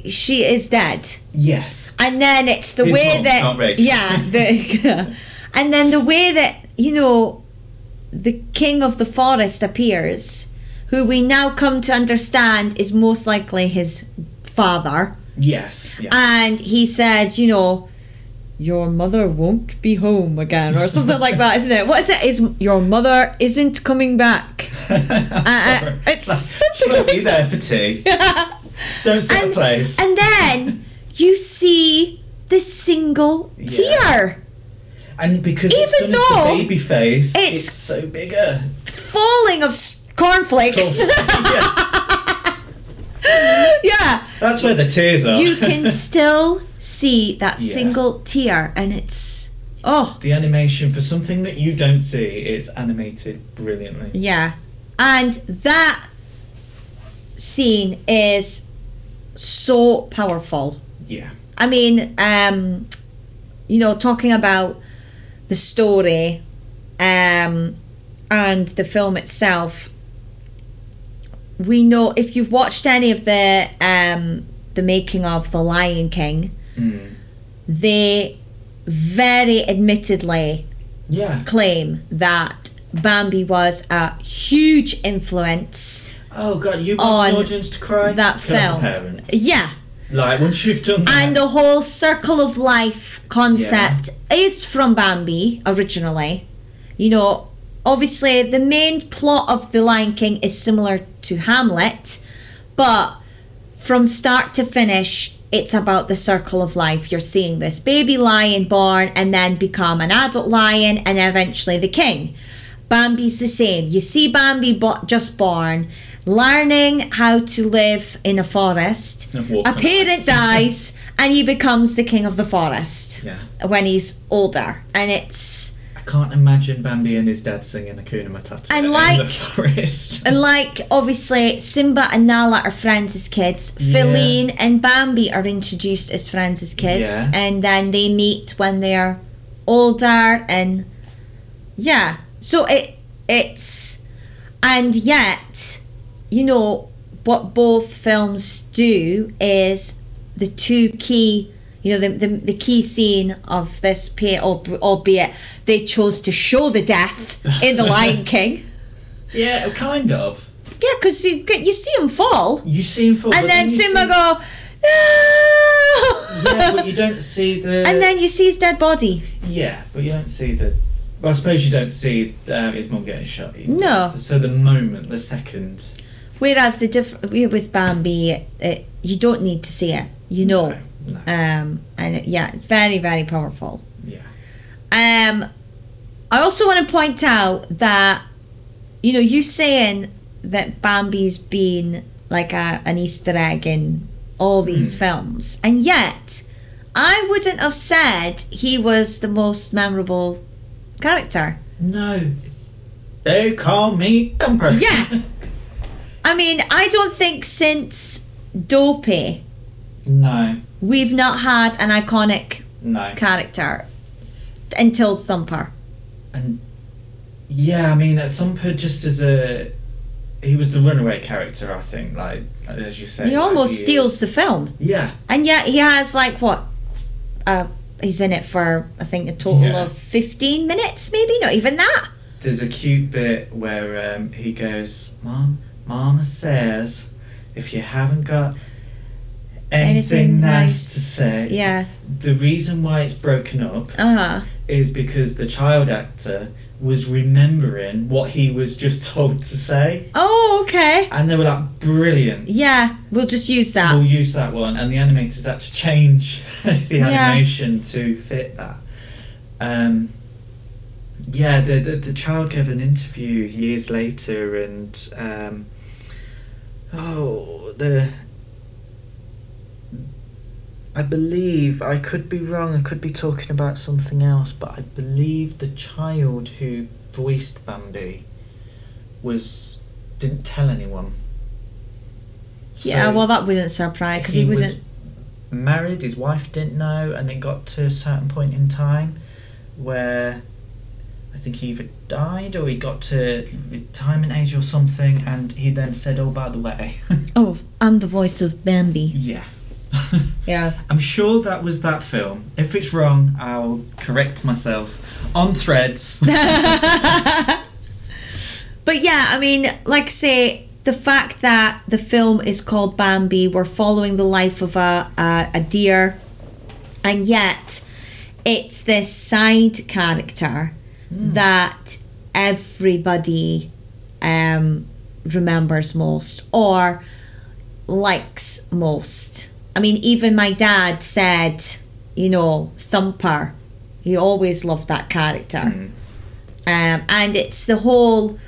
she is dead
yes.
and then it's the
His
way
mum,
that
not Rachel.
yeah the, and then the way that you know the king of the forest appears, who we now come to understand is most likely his father.
Yes. Yeah.
And he says, you know, your mother won't be home again, or something like that, isn't it? What is it? Is your mother isn't coming back?
Sorry.
it's
She'll
something
be there for tea. Don't sit a place.
and then you see the single
Yeah.
tear
And because
Even
it's done as
though
the baby face,
it's-
it's, so bigger.
falling of s- cornflakes.
Yeah,
yeah.
that's where the tears are.
You can still see that
Oh. Yeah.
single tear, and it's. Oh,
the animation for something that you don't see is animated brilliantly.
yeah. And that scene is so powerful.
Yeah.
I mean, um, you know, talking about the story um, and the film itself, we know if you've watched any of the um, the making of the Lion King,
Mm.
they very admittedly
Yeah.
claim that Bambi was a huge influence.
Oh god, you want the
On
audience to cry?
that
Can I have
film.
a Parent.
Yeah.
Like once you've done that.
And the whole circle of life concept is from Bambi originally. You know, obviously the main plot of The Lion King is similar to Hamlet, but from start to finish, it's about the circle of life. You're seeing this baby lion born and then become an adult lion and eventually the king. Bambi's the same. You see Bambi bo- just born, learning how to live in a forest.
And walk
A
on
parent
ice.
dies and he becomes the king of the forest
yeah.
when he's older. And it's
I can't imagine Bambi and his dad singing Hakuna Matata
And
in
like-
the forest.
and like obviously Simba and Nala are friends as kids.
Yeah.
Feline and Bambi are introduced as friends as kids,
Yeah.
and then they meet when they're older. And yeah, so it it's and yet you know what both films do is the two key you know the, the, the key scene of this pair alb- albeit they chose to show the death in the lion king
yeah, kind of.
yeah because you get you see him fall
You see him fall,
and
but
then
you
simba
see-
go no
Yeah, but you don't see the.
and then you see his dead body
Yeah, but you don't see the. Well, I suppose you don't see um, his mum getting shot. either.
No.
So the moment, the second.
whereas the diff- with bambi it, you don't need to see it you know
No. no,
um and it, yeah it's very very powerful
yeah.
Um, I also want to point out that you know you saying that Bambi's been like a, an Easter egg in all these films, and yet I wouldn't have said he was the most memorable character.
No. They call me Dumper.
Yeah. I mean, I don't think since Dopey
no.
we've not had an iconic
No.
character until Thumper.
And yeah, I mean, uh, Thumper just as a he was the runaway character, I think. Like as you say,
He
like,
almost
is-
steals the film.
Yeah,
And yet he has like what? Uh, he's in it for I think a total
Yeah.
of fifteen minutes, maybe not even that.
there's a cute bit where um, he goes, "Mom, Mama says, if you haven't got anything,
Anything
nice,
nice."
to say,
Yeah.
the reason why it's broken up
Uh huh.
is because the child actor was remembering what he was just told to say,
Oh, okay.
and they were like, brilliant."
Yeah, we'll just use that.
we'll use that one and the animators had to change the
Yeah.
animation to fit that um yeah the, the the child gave an interview years later and um oh the I believe I could be wrong. I could be talking about something else, but I believe the child who voiced Bambi was didn't tell anyone.
yeah.
So-
Well, that wouldn't surprise because he,
was
wouldn't.
married his wife didn't know and it got to a certain point in time where i think he either died or he got to retirement age or something and he then said oh by the way
Oh, I'm the voice of Bambi.
yeah
Yeah.
i'm sure that was that film if it's wrong i'll correct myself on threads
But yeah, I mean, like I say, the fact that the film is called Bambi, we're following the life of a, a, a deer, and yet it's this side character that everybody um, remembers most or likes most. I mean, even my dad said, you know, Thumper. He always loved that character. Um, and it's the whole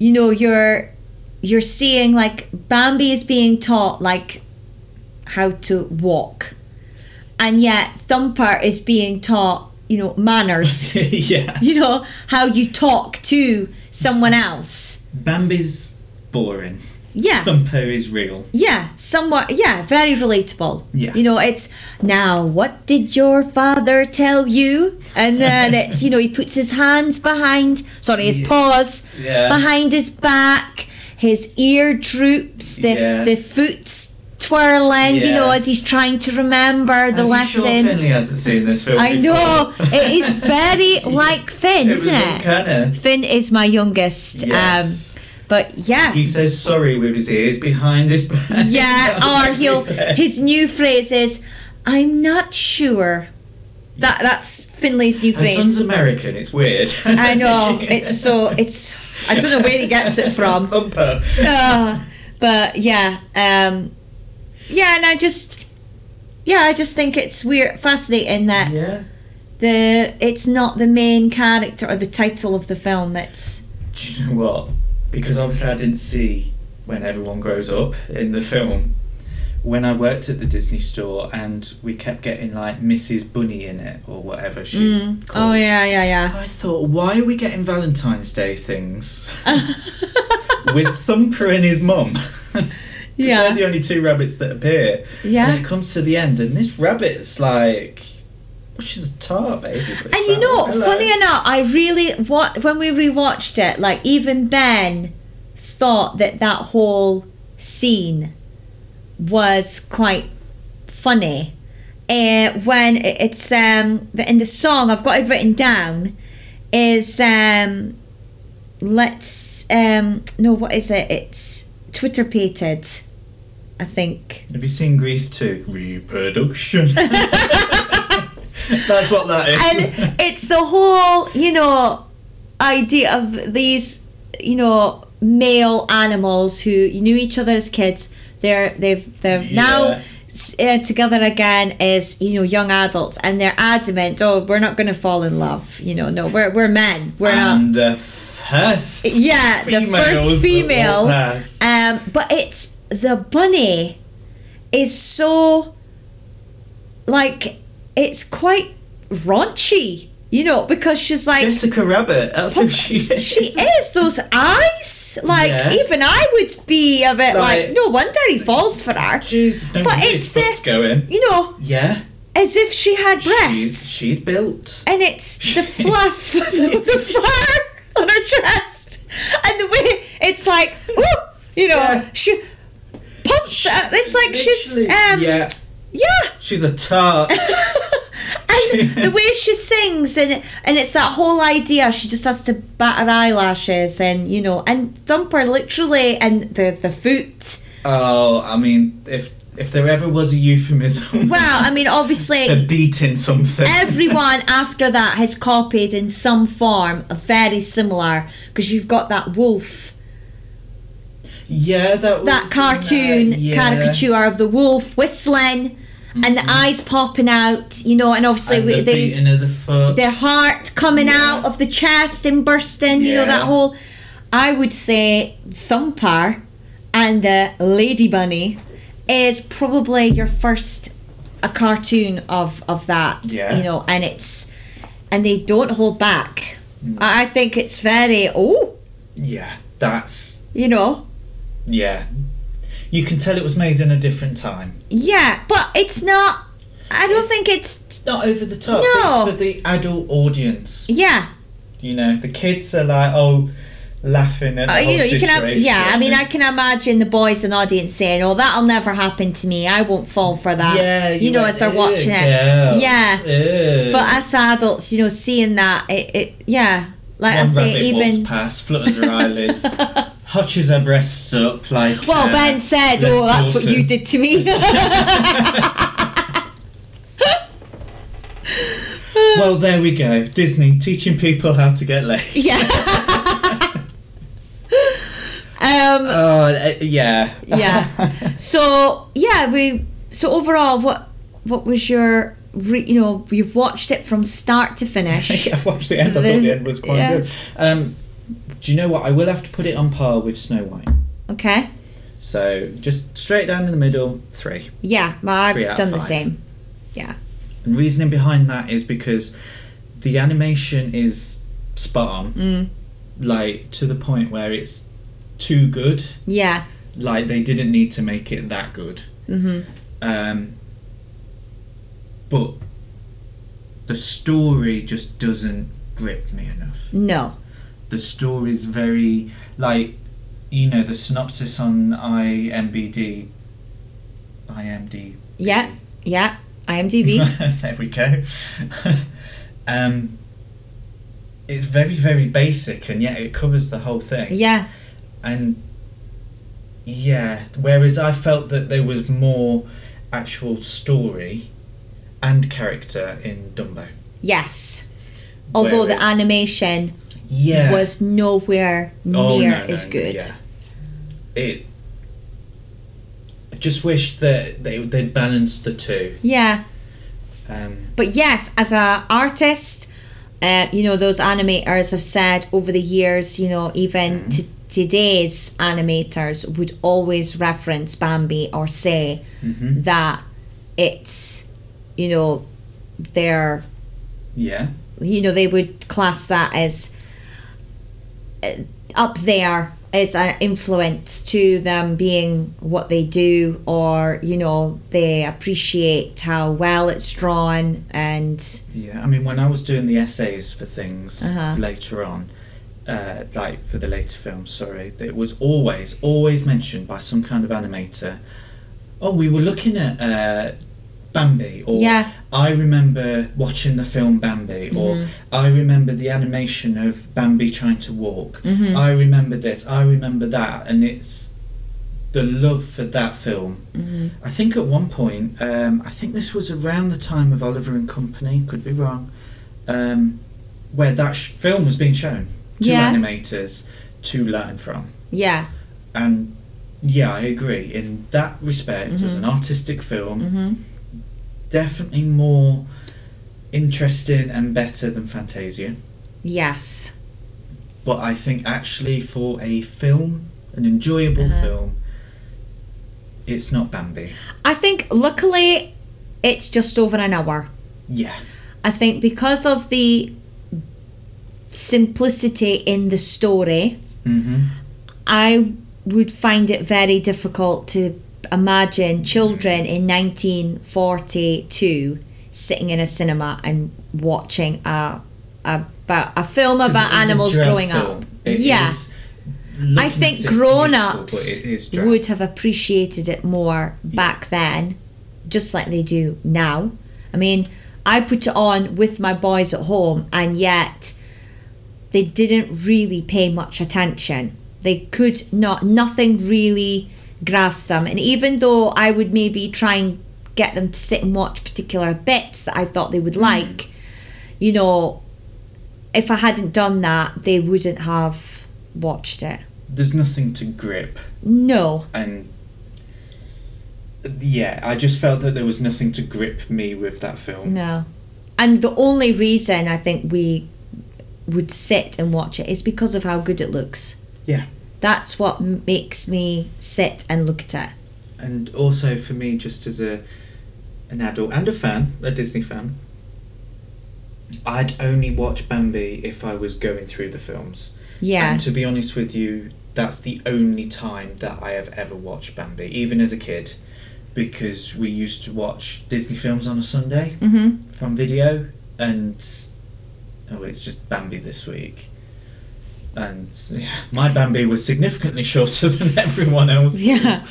you know you're you're seeing like Bambi is being taught like how to walk and yet Thumper is being taught you know manners
yeah.
you know how you talk to someone else
Bambi's boring.
yeah
Thumper is real.
yeah somewhat yeah very relatable
Yeah.
you know it's now what did your father tell you and then it's you know he puts his hands behind sorry his
Yeah.
paws
Yeah.
behind his back his ear droops the
Yes.
the foot's twirling you know as
Yes.
he's trying to remember the
Are you sure
lesson
Finley hasn't seen this film.
i
before?
know it is very like
It
finn
was
isn't it
uncanny.
finn is my youngest um
Yes.
but yeah
he says sorry with his ears behind his back.
yeah, or he'll
He
his new phrase is, "I'm not sure." That that's Finley's new
My son's
phrase.
American. It's weird.
I know it's so it's I don't know where he gets it from,
Thumper.
Ah, but yeah, um, yeah, and I just yeah I just think it's weird, fascinating that
yeah.
the it's not the main character or the title of the film. That's
Do you know what? Because obviously I didn't see when everyone grows up in the film. When I worked at the Disney store and we kept getting like Mrs. Bunny in it or whatever she's
Mm.
called.
oh yeah yeah yeah.
I thought, why are we getting Valentine's Day things with Thumper and his mum? 'Cause
Yeah.
They're the only two rabbits that appear.
Yeah.
And it comes to the end, and this rabbit's like, well, she's a tar, basically.
And you
Like,
know,
hello.
funny enough, I really what when we rewatched it, like even Ben thought that that whole scene was quite funny. Uh, when it- it's um the- in the song, I've got it written down. Is um let's um no what is it? It's Twitter pated, I think.
Have you seen Grease 2? Reproduction. That's what that is.
and it's the whole you know idea of these you know male animals who knew each other as kids they're they've they're now
Yeah.
s- uh, together again as you know young adults and they're adamant oh we're not going to fall in love you know no we're we're men we're not
and the first
yeah the
females that
first
walk
female
past.
um, but it's the bunny is so like it's quite raunchy, you know, because she's like
Jessica Rabbit. That's who she is.
she is those eyes. Like
Yeah.
even I would be a bit like,
Like-
no wonder he falls for her.
Jeez, no
But
wonder
it's
his foot's
the-
going.
You know,
Yeah.
as if she had breasts,
She's, she's built.
and it's the fluff, the, the fur on her chest, and the way it's like, oh, you know,
Yeah.
she pumps. uh, It's like she's
Literally,
um,
yeah,
yeah.
she's a tart.
and the way she sings and it- and it's that whole idea she just has to bat her eyelashes and you know and thumper literally and the the foot
oh, I mean, if if there ever was a euphemism,
well i mean
for
obviously
beating something.
everyone after that has copied in some form a very similar because you've got that wolf
yeah, that was
that
in
cartoon
there, yeah. Mm-hmm.
caricature of the wolf whistling and the eyes popping out you know and obviously
And
we,
the
they
beating of the foot.
their heart coming
Yeah.
out of the chest and bursting, you know, that
Yeah.
whole, I would say, Thumper and the Lady Bunny is probably your first a cartoon of, of that,
Yeah.
you know, and it's, and they don't hold back.
Mm.
I I think it's very, oh,
yeah, that's
you know,
yeah. You can tell it was made in a different time.
yeah, but it's not, I don't think it's,
It's not over the top.
No.
It's for the adult audience.
yeah.
You know, the kids are like, oh, laughing at.
Uh,
the
you know,
whole
you can have,
situation.
yeah. I mean, I can imagine the boys in audience saying, "Oh, that'll never happen to me. I won't fall for that."
Yeah,
you, know, as they're watching it. Yeah, but as adults, you know, seeing that, it, it yeah, Like I
One
say,
rabbit
even
walks past, flutters her eyelids, hutches her breasts up like.
well,
uh,
Ben said,
Les
"Oh, that's what
Dawson.
you did to me."
Well, there we go. Disney teaching people how to get laid.
yeah. um.
Oh, uh, yeah.
yeah. So yeah, we so overall, what what was your re, you know you've watched it from start to finish.
I've watched the end. I thought
There's-
the end was quite
yeah.
good. Um, do you know what? I will have to put it on par with Snow White.
Okay.
So just straight down in the middle, three.
Yeah, well, I've
Three out of
done the
five.
same. Yeah.
And reasoning behind that is because the animation is spot on,
Mm.
like to the point where it's too good.
Yeah.
Like they didn't need to make it that good.
Mhm.
Um, but the story just doesn't grip me enough.
No.
the story's very like you know the synopsis on IMBD IMD
Yeah. Yeah. IMDb.
there we go um it's very very basic and yet it covers the whole thing
yeah.
and yeah whereas I felt that there was more actual story and character in Dumbo
Yes. Although the
Whereas-
animation
yeah
was nowhere
Oh,
near
no, no,
as
no,
good.
yeah. It. I just wish that they they'd balance the two.
yeah.
Um,
But yes, as a artist, uh, you know those animators have said over the years. You know, even
Mm.
t- today's animators would always reference Bambi or say
Mm. mm-hmm.
that it's, you know, their
yeah.
you know they would class that as uh, up there as an influence to them being what they do or you know they appreciate how well it's drawn and
Yeah. I mean, when I was doing the essays for things
Uh-huh.
later on, uh, like for the later films, sorry, it was always always mentioned by some kind of animator. Oh, we were looking at uh, Bambi, or
Yeah. Mm-hmm.
I remember watching the film Bambi, or I remember the animation of Bambi trying to walk. I remember this. I remember that, and it's the love for that film. I think at one point, um, I think this was around the time of Oliver and Company, could be wrong, um, where that sh- film was being shown to
Yeah.
animators to learn from.
yeah
And yeah, I agree. In that respect, as an artistic film,
Mm.
definitely more interesting and better than Fantasia.
yes
But I think actually for a film, an enjoyable
Uh-huh.
film, it's not Bambi.
i think luckily it's just over an hour
Yeah.
i think because of the simplicity in the story
Mm-hmm.
I would find it very difficult to imagine children in 1942 sitting in a cinema and watching a a, about a film about animals growing up. yeah, I think grown-ups would have appreciated it more back then, just like they do now. I mean, I put it on with my boys at home, and yet they didn't really pay much attention. They could not, nothing really grasped them. And even though I would maybe try and get them to sit and watch particular bits that I thought they would like, you know, if I hadn't done that, they wouldn't have watched it.
There's nothing to grip,
No.
and yeah, I just felt that there was nothing to grip me with that film.
No. And the only reason I think we would sit and watch it is because of how good it looks.
Yeah,
That's what m- makes me sit and look at it.
and also for me, just as a an adult and a fan, a Disney fan, I'd only watch Bambi if I was going through the films.
Yeah.
And to be honest with you, that's the only time that I have ever watched Bambi, even as a kid, because we used to watch Disney films on a Sunday
hmm
from video, and oh, it's just Bambi this week. And yeah, my Bambi was significantly shorter than everyone else's.
Yeah.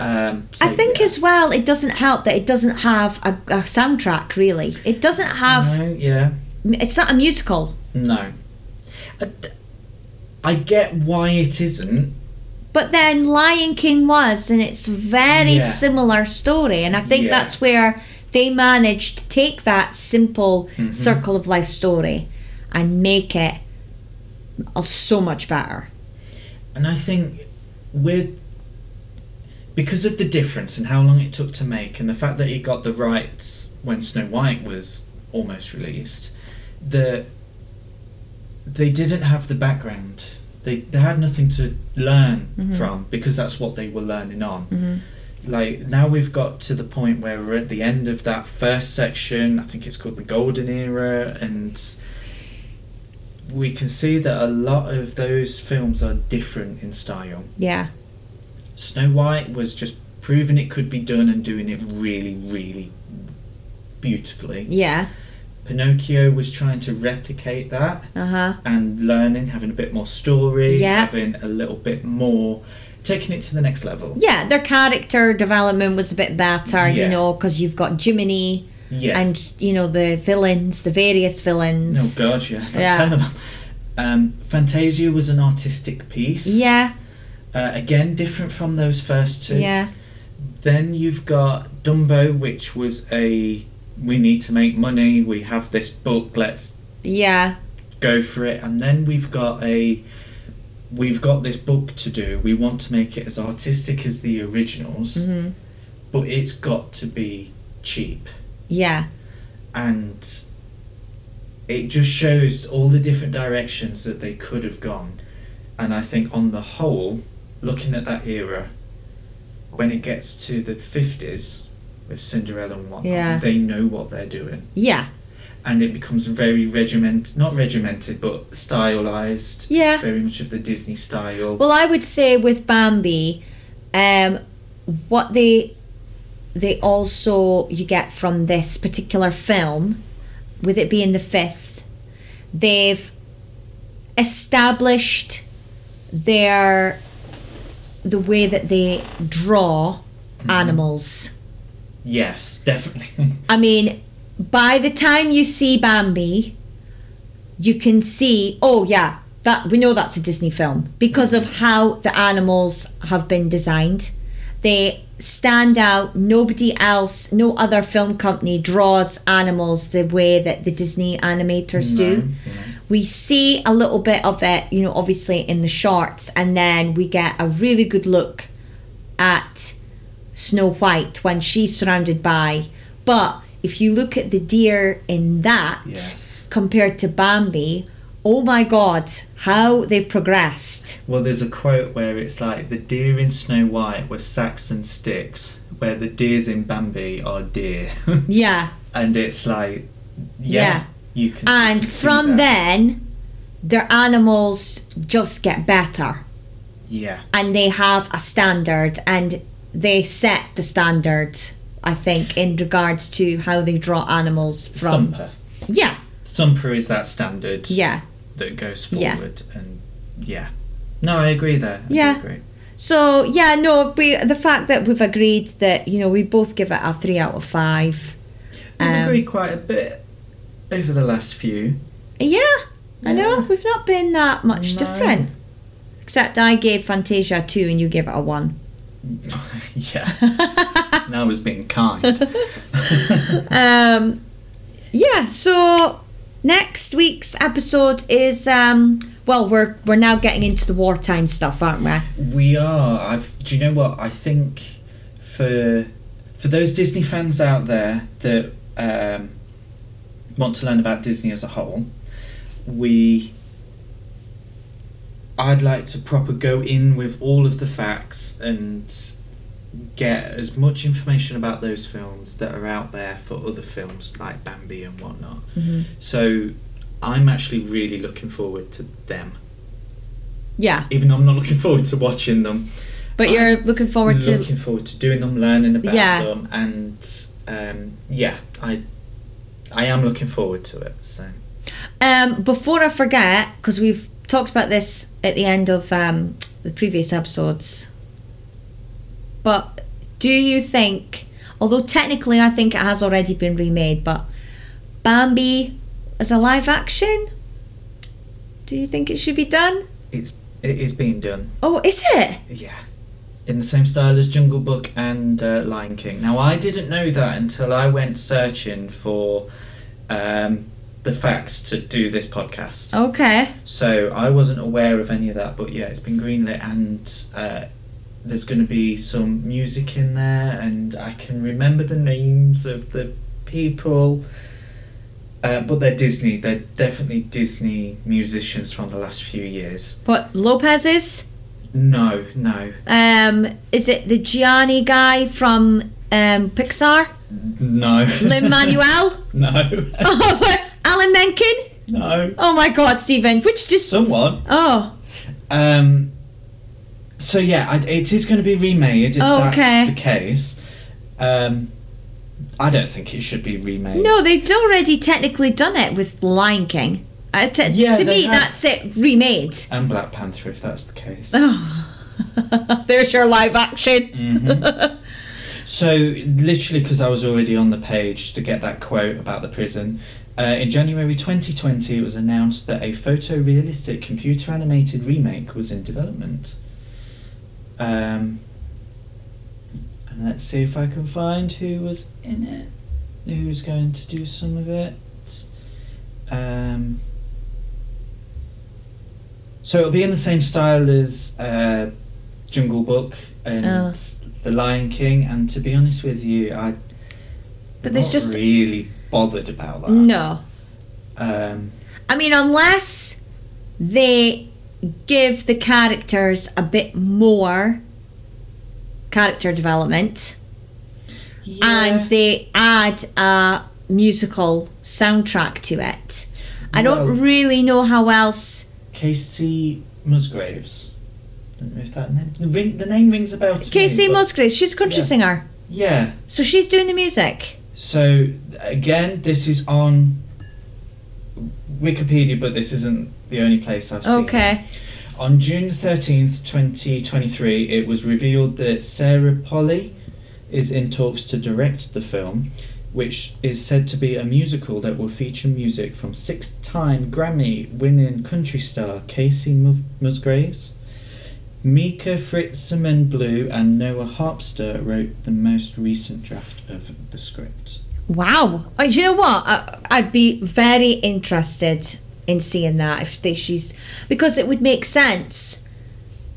Um, so,
I think
yeah.
as well, it doesn't help that it doesn't have a, a soundtrack, really. It doesn't have,
No, yeah.
it's not a musical.
No. I, d- I get why it isn't.
But then Lion King was, and it's very
Yeah.
similar story, and I think
Yeah.
that's where they managed to take that simple
Mm-hmm.
circle of life story and make it a- so much better.
And I think with because of the difference and how long it took to make, and the fact that it got the rights when Snow White was almost released, the they didn't have the background. They they had nothing to learn from because that's what they were learning on. Like now we've got to the point where we're at the end of that first section. I think it's called the Golden Era, and we can see that a lot of those films are different in style.
Yeah,
Snow White was just proving it could be done and doing it really, really beautifully.
yeah,
Pinocchio was trying to replicate that
uh huh,
and learning, having a bit more story,
Yeah.
having a little bit more, taking it to the next level.
yeah. Their character development was a bit better, you
Yeah.
know, because you've got Jiminy
Yeah.
and you know the villains, the various
no,
villains.
God, yes,
Yeah.
yeah. ten of them. Um, Fantasia was an artistic piece.
yeah,
Uh, again, different from those first two.
yeah,
Then you've got Dumbo, which was a we need to make money, we have this book, let's
yeah,
go for it. And then we've got a we've got this book to do, we want to make it as artistic as the originals,
Mhm.
but it's got to be cheap.
yeah,
And it just shows all the different directions that they could have gone. And I think on the whole, looking at that era, when it gets to the 50s with Cinderella and whatnot,
Yeah.
they know what they're doing.
yeah,
And it becomes very regiment, not regimented, but stylized.
yeah.
Very much of the Disney style.
Well, I would say with Bambi, um, what they they also you get from this particular film, with it being the fifth, they've established their the way that they draw animals.
yes, definitely.
I mean, by the time you see Bambi, you can see, oh yeah, that we know that's a Disney film because of how the animals have been designed. They stand out. Nobody else, no other film company draws animals the way that the Disney animators do. We see a little bit of it, you know, obviously in the shorts, and then we get a really good look at Snow White when she's surrounded by. But if you look at the deer in that
Yes.
compared to Bambi, oh my god, how they've progressed.
Well, there's a quote where it's like the deer in Snow White were Saxon sticks, where the deers in Bambi are deer,
Yeah.
and it's like,
Yeah.
yeah, you can. you
And
can see
from
that.
then, their animals just get better
yeah,
and they have a standard and they set the standard, I think, in regards to how they draw animals from.
Thumper.
Yeah,
Thumper is that standard
yeah.
that goes
Yeah.
forward, and yeah. No, I agree there. I do
Yeah.
agree.
So yeah, no, we the fact that we've agreed that you know we both give it a three out of five.
We've
Um,
agreed quite a bit over the last few.
Yeah, I know we've not been that much
No.
different. Except I gave Fantasia a two and you gave it a one.
yeah, and I was being kind.
Um, yeah. So next week's episode is um, well, we're we're now getting into the wartime stuff, aren't we?
We are. I've. Do you know what? I think for for those Disney fans out there that um, want to learn about Disney as a whole, we. I'd like to proper go in with all of the facts and get as much information about those films that are out there for other films like Bambi and whatnot. So I'm actually really looking forward to them.
Yeah,
Even though I'm not looking forward to watching them,
but you're looking forward to
looking forward to doing them, learning about
Yeah.
them, and um, yeah, I I am looking forward to it. So
Um, before I forget, because we've talked about this at the end of um, the previous episodes, but do you think, although technically I think it has already been remade, but Bambi as a live action? Do you think it should be done?
It's it is being done.
Oh, is it?
Yeah. In the same style as Jungle Book and uh, Lion King. Now, I didn't know that until I went searching for um, the facts to do this podcast.
Okay.
So I wasn't aware of any of that, but yeah, it's been greenlit and uh, there's going to be some music in there, and I can remember the names of the people. Uh, but they're Disney. They're definitely Disney musicians from the last few years.
What Lopez is?
No, no,
Um, is it the Gianni guy from um, Pixar?
no.
Lin Manuel?
no,
oh, Alan Menken?
no.
Oh my God, Stephen! Which just
Someone.
oh
Um. So yeah, I, it is going to be remade if
Okay.
that's the case. Um, I don't think it should be remade.
no, they'd already technically done it with Lion King. Uh, to
Yeah,
to me,
they have.
that's it remade.
And Black Panther, if that's the case.
Oh, there's your live action.
Mm-hmm. So, literally, because I was already on the page to get that quote about the prison, uh, in January 2020, it was announced that a photorealistic computer animated remake was in development. Um, and let's see if I can find who was in it, who's going to do some of it. Um, so, it'll be in the same style as uh, Jungle Book and
Oh.
The Lion King, and to be honest with you, I
But there's
not
just-
really bothered about that.
No,
Um,
I mean unless they give the characters a bit more character development. and they add a musical soundtrack to it. I don't
Well-
really know how else.
Casey Musgraves. Don't know if that name the, ring, the name rings a bell. To me,
Casey
but-
Musgraves, she's a country
Yeah.
singer,
Yeah.
so she's doing the music.
So again, this is on Wikipedia, but this isn't the only place I've seen. it.
Okay.
On June 13th, 2023, it was revealed that Sarah Polly is in talks to direct the film, which is said to be a musical that will feature music from six time Grammy winning country star Casey Mu- Musgraves. Mika Fritzeman Blue and Noah Harpster wrote the most recent draft of the script.
Wow. Uh, Do you know what? I, I'd be very interested in seeing that if they, she's because it would make sense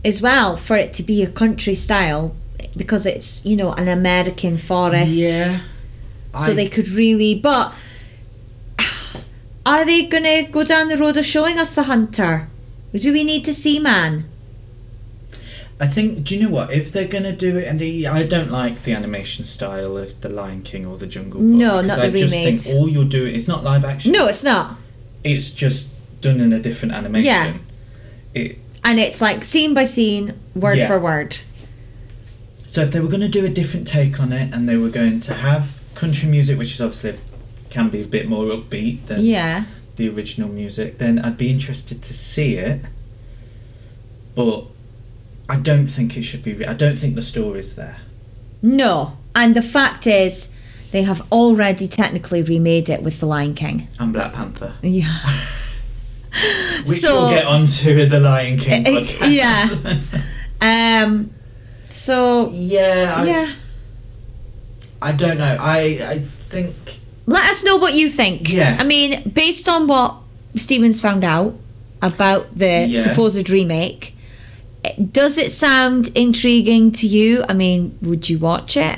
as well for it to be a country style because it's you know an American forest. so
I-
they could really but are they gonna go down the road of showing us the hunter do we need to see man
I think. Do you know what? If they're gonna do it, and the I don't like the animation style of the Lion King or the Jungle Book.
No,
because
not the
I just
remade.
think all you'll do it's not live action.
no it's not
it's just done in a different animation.
Yeah.
It,
and it's like scene by scene word
Yeah.
for word
so if they were gonna do a different take on it, and they were going to have country music, which is obviously can be a bit more upbeat than
yeah
the original music, then I'd be interested to see it. But I don't think it should be. Re- I don't think the story's there.
no and the fact is they have already technically remade it with the lion king
And Black Panther.
yeah
Which
So-
we'll get onto in the Lion King
Uh, uh,
podcast.
yeah. um so
yeah, I,
yeah
I don't know. I, I think.
let us know what you think.
Yes.
I mean, based on what Stevens found out about the
Yeah.
supposed remake, does it sound intriguing to you? I mean, would you watch it?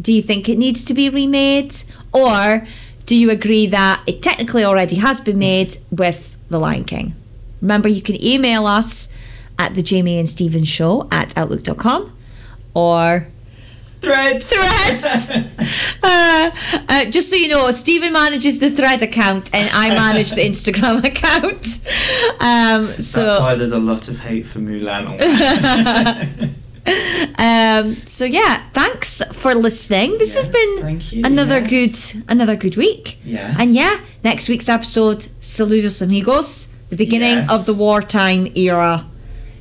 Do you think it needs to be remade? Or do you agree that it technically already has been made with The Lion King? Remember, you can email us at the Jamie and Stevens show at outlook.com or
Threads!
threads. uh, uh, just so you know, Stephen manages the thread account and I manage the Instagram account. Um,
That's
so,
why there's a lot of hate for Mulan on there.
um, so yeah, thanks for listening. This has
Yes,
been
thank you,
another
yes.
good, another good week.
Yes.
And yeah, next week's episode, Saludos Amigos, the beginning
Yes.
of the wartime era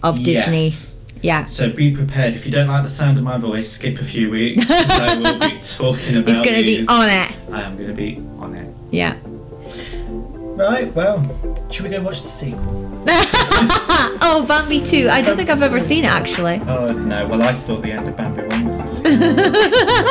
of Disney.
Yes.
Yeah.
So be prepared. If you don't like the sound of my voice, skip a few weeks. 'cause I will be talking about
He's going to be
these.
on it.
I am going to be on it.
Yeah.
Right, well, Should we go watch the sequel?
oh, Bambi 2. I don't think I've ever seen it actually.
Oh no! Well, I thought the end of Bambi One was the sequel.